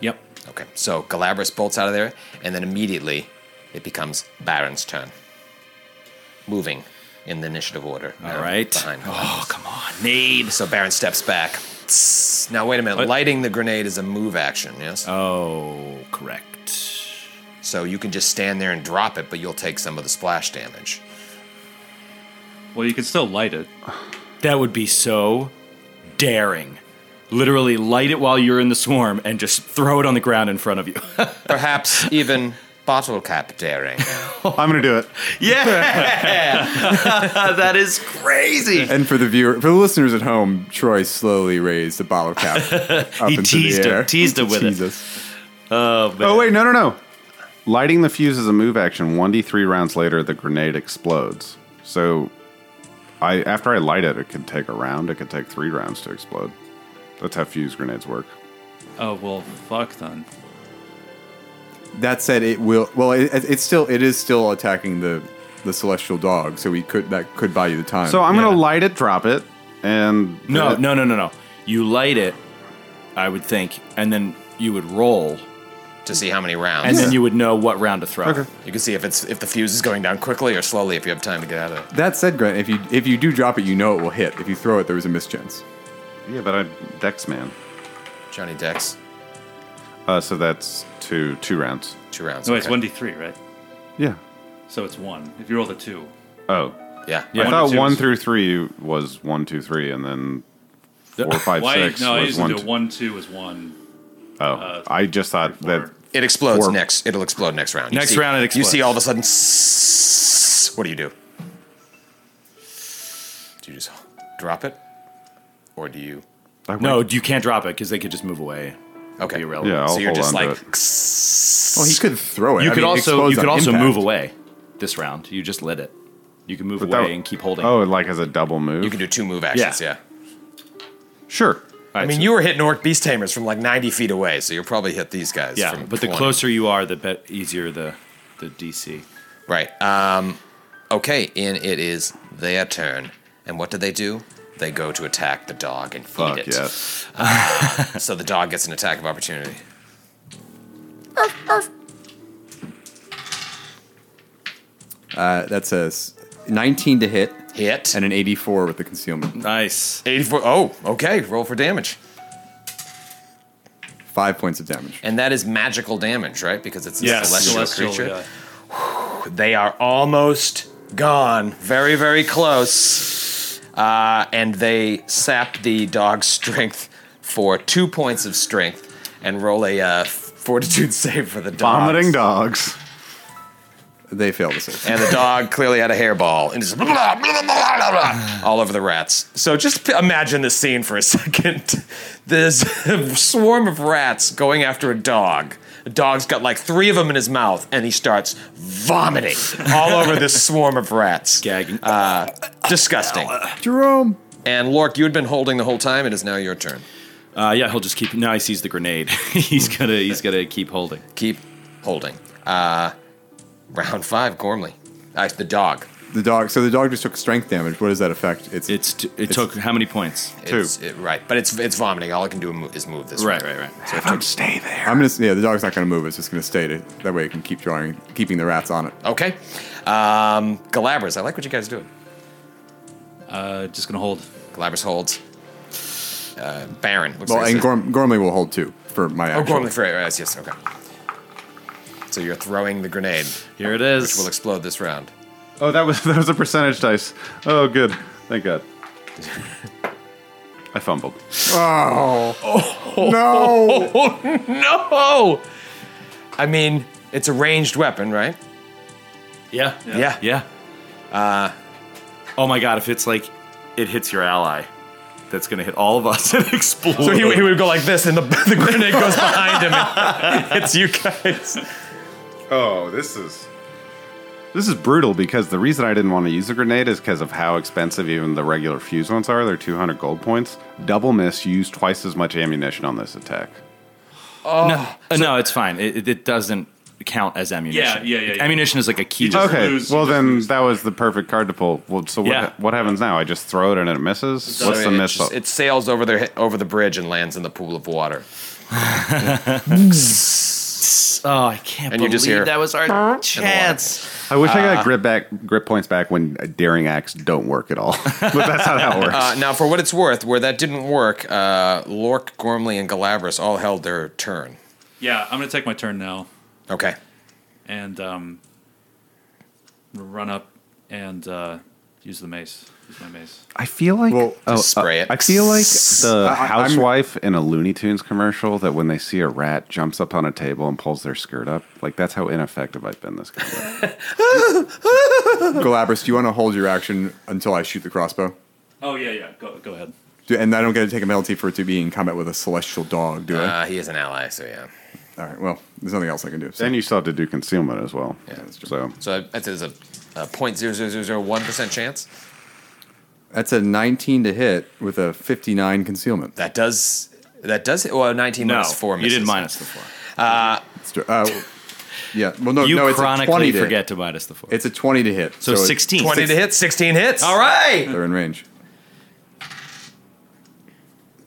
Speaker 6: Yep.
Speaker 5: Okay. So Galabras bolts out of there, and then immediately it becomes Baron's turn. Moving in the initiative order.
Speaker 9: All
Speaker 5: uh,
Speaker 9: right.
Speaker 5: Behind
Speaker 9: Oh, come on, nade.
Speaker 5: So Baron steps back. Tss. Now wait a minute. Lighting the grenade is a move action, yes?
Speaker 9: Oh, correct.
Speaker 5: so so you can just stand there and drop it, but you'll take some of the splash damage.
Speaker 6: Well, you can still light it.
Speaker 9: That would be so daring. Literally light it while you're in the swarm and just throw it on the ground in front of you.
Speaker 5: Perhaps even bottle cap daring.
Speaker 11: I'm going to do it.
Speaker 5: that is crazy.
Speaker 3: And for the viewer, for the listeners at home, Troy slowly raised the bottle cap up
Speaker 9: He
Speaker 3: into
Speaker 9: teased
Speaker 3: the
Speaker 9: him-
Speaker 3: air.
Speaker 9: teased him with it.
Speaker 3: Jesus.
Speaker 11: Oh, wait, no, no, no. Lighting the fuse is a move action. 1d3 rounds later, the grenade explodes. So I after I light it, it could take a round. It could take three rounds to explode. That's how fuse grenades work.
Speaker 6: Oh well, fuck then.
Speaker 3: That said, it will. Well, it, it's still. It is still attacking the the celestial dog. So we could that could buy you the time.
Speaker 11: So I'm going to light it, drop it, and.
Speaker 9: No,
Speaker 11: it-
Speaker 9: no, no, no, no. You light it, I would think, and then you would roll,
Speaker 5: to see how many
Speaker 9: and
Speaker 5: rounds.
Speaker 9: then you would know what round to throw. Okay.
Speaker 5: you can see if it's if the fuse is going down quickly or slowly if you have time to get out of it.
Speaker 3: that said, Grant, if you if you do drop it, you know it will hit. If you throw it, there is a mischance.
Speaker 11: Yeah, but I'm Dex Man.
Speaker 5: Johnny Dex,
Speaker 11: Uh, so that's two two rounds.
Speaker 5: two rounds.
Speaker 6: No, it's
Speaker 5: okay.
Speaker 6: one d three, right?
Speaker 11: Yeah.
Speaker 6: So it's one. If you roll the two,
Speaker 11: Oh.
Speaker 5: Yeah.
Speaker 11: I
Speaker 6: One
Speaker 11: thought
Speaker 6: to two
Speaker 11: one
Speaker 6: is-
Speaker 11: through three was one, two, three, and then four, five,
Speaker 6: why?
Speaker 11: six
Speaker 6: no, I
Speaker 11: was
Speaker 6: usually
Speaker 11: one.
Speaker 6: do
Speaker 11: two-
Speaker 6: one two is one.
Speaker 11: oh, I just thought that.
Speaker 5: It explodes
Speaker 11: Four.
Speaker 5: next. It'll explode next round. You
Speaker 9: Next
Speaker 5: see-
Speaker 9: round it
Speaker 5: You see
Speaker 9: explodes.
Speaker 5: all of a sudden. "Sss." What do you do? Do you just drop it, or do you?
Speaker 11: I
Speaker 9: No,
Speaker 11: went-
Speaker 9: you can't drop it because they could just move away.
Speaker 5: Okay.
Speaker 9: Be irrelevant.
Speaker 11: Yeah, I'll
Speaker 5: so you're
Speaker 11: hold
Speaker 5: just
Speaker 11: on to
Speaker 5: like.
Speaker 11: it.
Speaker 5: "Sss."
Speaker 3: Well, he could throw it.
Speaker 9: You
Speaker 3: I
Speaker 9: could
Speaker 3: mean,
Speaker 9: also
Speaker 3: explodes
Speaker 9: you could
Speaker 3: on
Speaker 9: also
Speaker 3: impact.
Speaker 9: move away this round. You just lit it. You can move
Speaker 11: But that
Speaker 9: away
Speaker 11: w-
Speaker 9: and keep holding.
Speaker 11: Oh, like as a double move.
Speaker 5: You can do two move actions.
Speaker 9: Yeah.
Speaker 5: Yeah.
Speaker 11: sure.
Speaker 5: I mean, you were hitting orc beast tamers from like 90 feet away, so you'll probably hit these guys.
Speaker 9: yeah.
Speaker 5: from
Speaker 9: But the
Speaker 5: 20.
Speaker 9: closer you are, the bet easier the the DC.
Speaker 5: Right. Um, okay, and it is their turn. And what do they do? They go to attack the dog and
Speaker 11: Fuck
Speaker 5: eat it.
Speaker 11: yes.
Speaker 5: So the dog gets an attack of opportunity.
Speaker 3: Uh, that's a s- 19 to hit
Speaker 5: Hit.
Speaker 3: and an 84 with the concealment.
Speaker 9: Nice.
Speaker 5: 84. Oh, okay. Roll for damage.
Speaker 3: Five points of damage.
Speaker 5: And that is magical damage, right? Because it's a
Speaker 9: Yes.
Speaker 5: celestial,
Speaker 6: Celestial,
Speaker 5: creature.
Speaker 6: yeah.
Speaker 5: They are almost gone. Very, very close. Uh, and they sap the dog's strength for two points of strength and roll a uh, fortitude save for the dog.
Speaker 11: Vomiting dogs.
Speaker 3: They fail to save.
Speaker 5: and the dog clearly had a hairball and just blah, blah, blah, blah, blah, blah, all over the rats. So just p- imagine this scene for a second. This swarm of rats going after a dog. The dog's got like three of them in his mouth, and he starts vomiting all over this swarm of rats. Uh,
Speaker 9: Gagging.
Speaker 5: Disgusting.
Speaker 3: Jerome!
Speaker 5: And Lork, you had been holding the whole time. It is now your turn.
Speaker 9: Uh, yeah, he'll just keep. Now he sees the grenade. he's
Speaker 5: Hmm.
Speaker 9: gonna he's gonna keep holding.
Speaker 5: Keep holding. Uh, round five, Gormley. Uh, the dog.
Speaker 3: The dog. So the dog just took strength damage. What does that affect? It's,
Speaker 9: It's t- it took how many points?
Speaker 11: Two.
Speaker 5: It's, it, right, but it's it's vomiting. All it can do mo- is move this.
Speaker 9: Right,
Speaker 5: way.
Speaker 9: right, right.
Speaker 5: So it took-
Speaker 11: Don't stay there.
Speaker 3: I'm gonna. Yeah, the dog's not gonna move. It's just gonna stay to, that way. It can keep drawing, keeping the rats on it.
Speaker 5: Okay. Um, Galabras. I like what you guys are doing.
Speaker 6: Uh, just gonna hold.
Speaker 5: Galabras holds. Uh, Baron. Looks
Speaker 3: Well,
Speaker 5: like
Speaker 3: and
Speaker 5: it's-
Speaker 3: Gorm, Gormley will hold too for my
Speaker 5: Oh,
Speaker 3: action.
Speaker 5: Gormley Frey. Yes, yes, okay. So you're throwing the grenade,
Speaker 9: Here it
Speaker 5: which
Speaker 9: is.
Speaker 5: will explode this round.
Speaker 11: Oh, that was that was a percentage dice. Oh, good. Thank God. I fumbled.
Speaker 3: No,
Speaker 5: No! I mean, it's a ranged weapon, right?
Speaker 9: yeah, yeah,
Speaker 5: Yeah.
Speaker 9: yeah. Uh, oh my god! If it's like it hits your ally, that's gonna hit all of us and explode.
Speaker 5: So he, he would go like this, and the, the grenade goes behind him and hits you guys.
Speaker 11: Oh, this is this is brutal because the reason I didn't want to use a grenade is because of how expensive even the regular fuse ones are. They're 200 gold points. Double miss. Use twice as much ammunition on this attack.
Speaker 9: no,
Speaker 5: oh.
Speaker 9: uh, no, it's fine. It, it- it doesn't count as ammunition.
Speaker 6: Yeah, yeah, yeah, yeah.
Speaker 9: Ammunition is like a key.
Speaker 6: just-
Speaker 11: okay.
Speaker 6: lose, you
Speaker 11: well,
Speaker 6: just
Speaker 11: then
Speaker 6: lose.
Speaker 11: that was the perfect card to pull. Well, so what,
Speaker 9: Yeah.
Speaker 11: what happens now? I just throw it and it misses. What's the
Speaker 5: it,
Speaker 11: miss?
Speaker 5: just- it sails over the over the bridge and lands in the pool of water.
Speaker 9: oh, I can't
Speaker 5: And you
Speaker 9: believe
Speaker 5: just hear-
Speaker 9: that was our chance.
Speaker 11: I wish I
Speaker 5: Uh,
Speaker 11: got grip back grip points back when daring acts don't work at all. but that's not how it works.
Speaker 5: Uh, now, for what it's worth, where that didn't work, uh, Lork, Gormley, and Galabras all held their turn.
Speaker 6: Yeah, I'm gonna take my turn now.
Speaker 5: Okay.
Speaker 6: and um, run up and uh, use the mace. Use my mace.
Speaker 11: I feel like
Speaker 3: Well,
Speaker 11: oh,
Speaker 5: just spray it.
Speaker 11: I feel like the
Speaker 3: I- I'm-
Speaker 11: housewife in a Looney Tunes commercial that when they see a rat jumps up on a table and pulls their skirt up. Like that's how ineffective I've been this game.
Speaker 3: Galabras, do you want to hold your action until I shoot the crossbow?
Speaker 6: Oh yeah, yeah. Go go ahead.
Speaker 3: Do, and I don't get to take a penalty for it to be in combat with a celestial dog, do I?
Speaker 5: Uh, he is an ally, so yeah.
Speaker 3: All right. Well, there's nothing else I can do. So.
Speaker 11: and you still have to do concealment as well. Yeah,
Speaker 5: that's
Speaker 11: so
Speaker 5: So that is a, a 0.0001% chance.
Speaker 3: That's a 19 to hit with a 59 concealment.
Speaker 5: That does. That does. Well, 19
Speaker 9: No,
Speaker 5: minus 4
Speaker 9: you
Speaker 5: misses.
Speaker 9: did minus the four.
Speaker 3: That's true. Uh, yeah. Well, no,
Speaker 9: You
Speaker 3: no, it's a 20
Speaker 9: chronically
Speaker 3: to
Speaker 9: forget
Speaker 3: Hit.
Speaker 9: to minus the four.
Speaker 3: It's a 20 to hit.
Speaker 9: so,
Speaker 3: it's-
Speaker 9: 16.
Speaker 5: 20 to hit, 16 hits. All right.
Speaker 3: They're in range.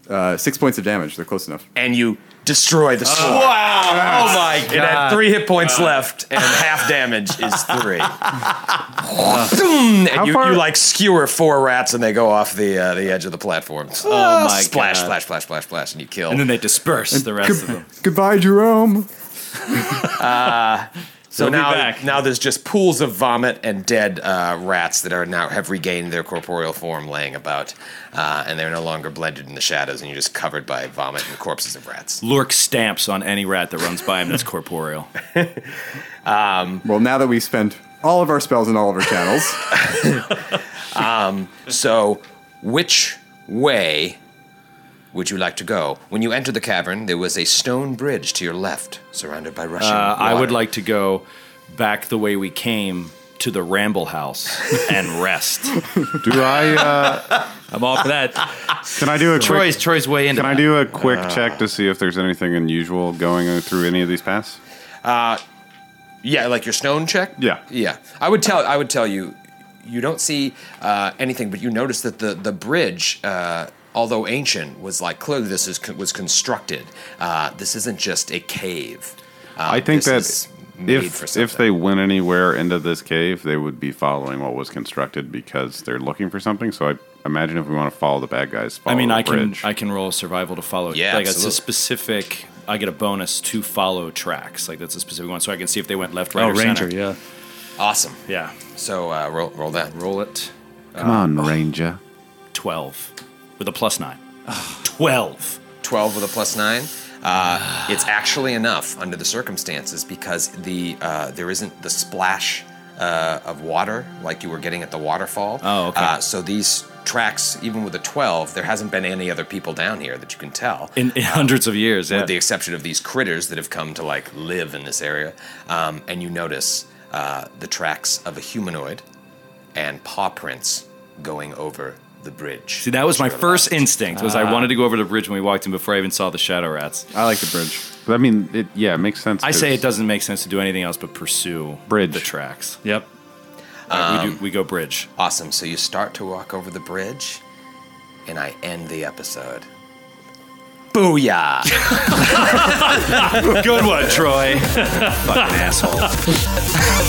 Speaker 3: Uh, six points of damage. They're close enough.
Speaker 5: And you destroy the sword.
Speaker 12: Wow.
Speaker 5: Oh my god. It had three hit points left, and half damage is three. Zoom, and you, you like skewer four rats, and they go off the uh, the edge of the platform.
Speaker 9: Oh my
Speaker 5: Splash,
Speaker 9: God.
Speaker 5: splash, splash, splash, splash, and you kill.
Speaker 9: And then they disperse the rest of them.
Speaker 3: Goodbye, Jerome.
Speaker 5: so
Speaker 6: They'll be
Speaker 5: now,
Speaker 6: back.
Speaker 5: now there's just pools of vomit and dead uh, rats that are now have regained their corporeal form, laying about, uh, and they're no longer blended in the shadows, and you're just covered by vomit and corpses of rats.
Speaker 9: Lurk stamps on any rat that runs by him that's corporeal.
Speaker 3: Well, now that we spent all of our spells and all of our channels,
Speaker 5: So, which way would you like to go? When you entered the cavern, there was a stone bridge to your left, surrounded by rushing.
Speaker 9: Uh, I would
Speaker 5: water.
Speaker 9: like to go back the way we came to the Ramble House and rest.
Speaker 11: do I? Uh,
Speaker 6: I'm all for that.
Speaker 11: can I do a quick?
Speaker 9: Troy's Troy's way into.
Speaker 11: Can I do a quick
Speaker 5: Uh,
Speaker 11: check to see if there's anything unusual going through any of these paths?
Speaker 5: Yeah, like your stone check.
Speaker 11: Yeah.
Speaker 5: yeah. I would tell. I would tell you. You don't see uh, anything, but you notice that the the bridge, uh, although ancient, was like clearly this is was constructed. Uh, this isn't just a cave. Uh,
Speaker 11: I think
Speaker 5: this is
Speaker 11: that
Speaker 5: made for
Speaker 11: if if
Speaker 5: something.
Speaker 11: they went anywhere into this cave, they would be following what was constructed because they're looking for something. So I imagine if we want to follow the bad guys, follow
Speaker 9: I mean,
Speaker 11: the
Speaker 9: I can
Speaker 11: bridge.
Speaker 9: I can roll a survival to follow.
Speaker 5: Yeah,
Speaker 9: like
Speaker 5: absolutely.
Speaker 9: it's a specific. I get a bonus to follow tracks. Like that's a specific one, so I can see if they went left, right,
Speaker 6: Oh,
Speaker 9: or
Speaker 6: ranger.
Speaker 9: center.
Speaker 6: Yeah.
Speaker 5: awesome.
Speaker 9: Yeah,
Speaker 5: So uh, roll roll that.
Speaker 9: roll it.
Speaker 11: Come on, Ranger.
Speaker 9: Twelve with a plus nine. Twelve.
Speaker 5: 12 with a plus 9 uh, it's actually enough under the circumstances because the uh, there isn't the splash uh, of water like you were getting at the waterfall
Speaker 9: Oh, okay.
Speaker 5: uh, so these tracks even with a 12 there hasn't been any other people down here that you can tell
Speaker 9: In, in hundreds of years. Yeah.
Speaker 5: with the exception of these critters that have come to like live in this area um, and you notice uh, the tracks of a humanoid and paw prints going over the bridge
Speaker 9: See, that was my first instinct. Was I wanted to go over the bridge when we walked in before I even saw the shadow rats.
Speaker 3: I like the bridge.
Speaker 11: I mean, it yeah, it makes sense.
Speaker 9: I
Speaker 11: 'cause
Speaker 9: say it doesn't make sense to do anything else but pursue
Speaker 11: Bridge.
Speaker 9: the tracks.
Speaker 6: Yep.
Speaker 9: Like, we, do, we go bridge.
Speaker 5: Awesome. So you start to walk over the bridge, and I end the episode. Booyah!
Speaker 9: Good one, Troy. Fucking asshole.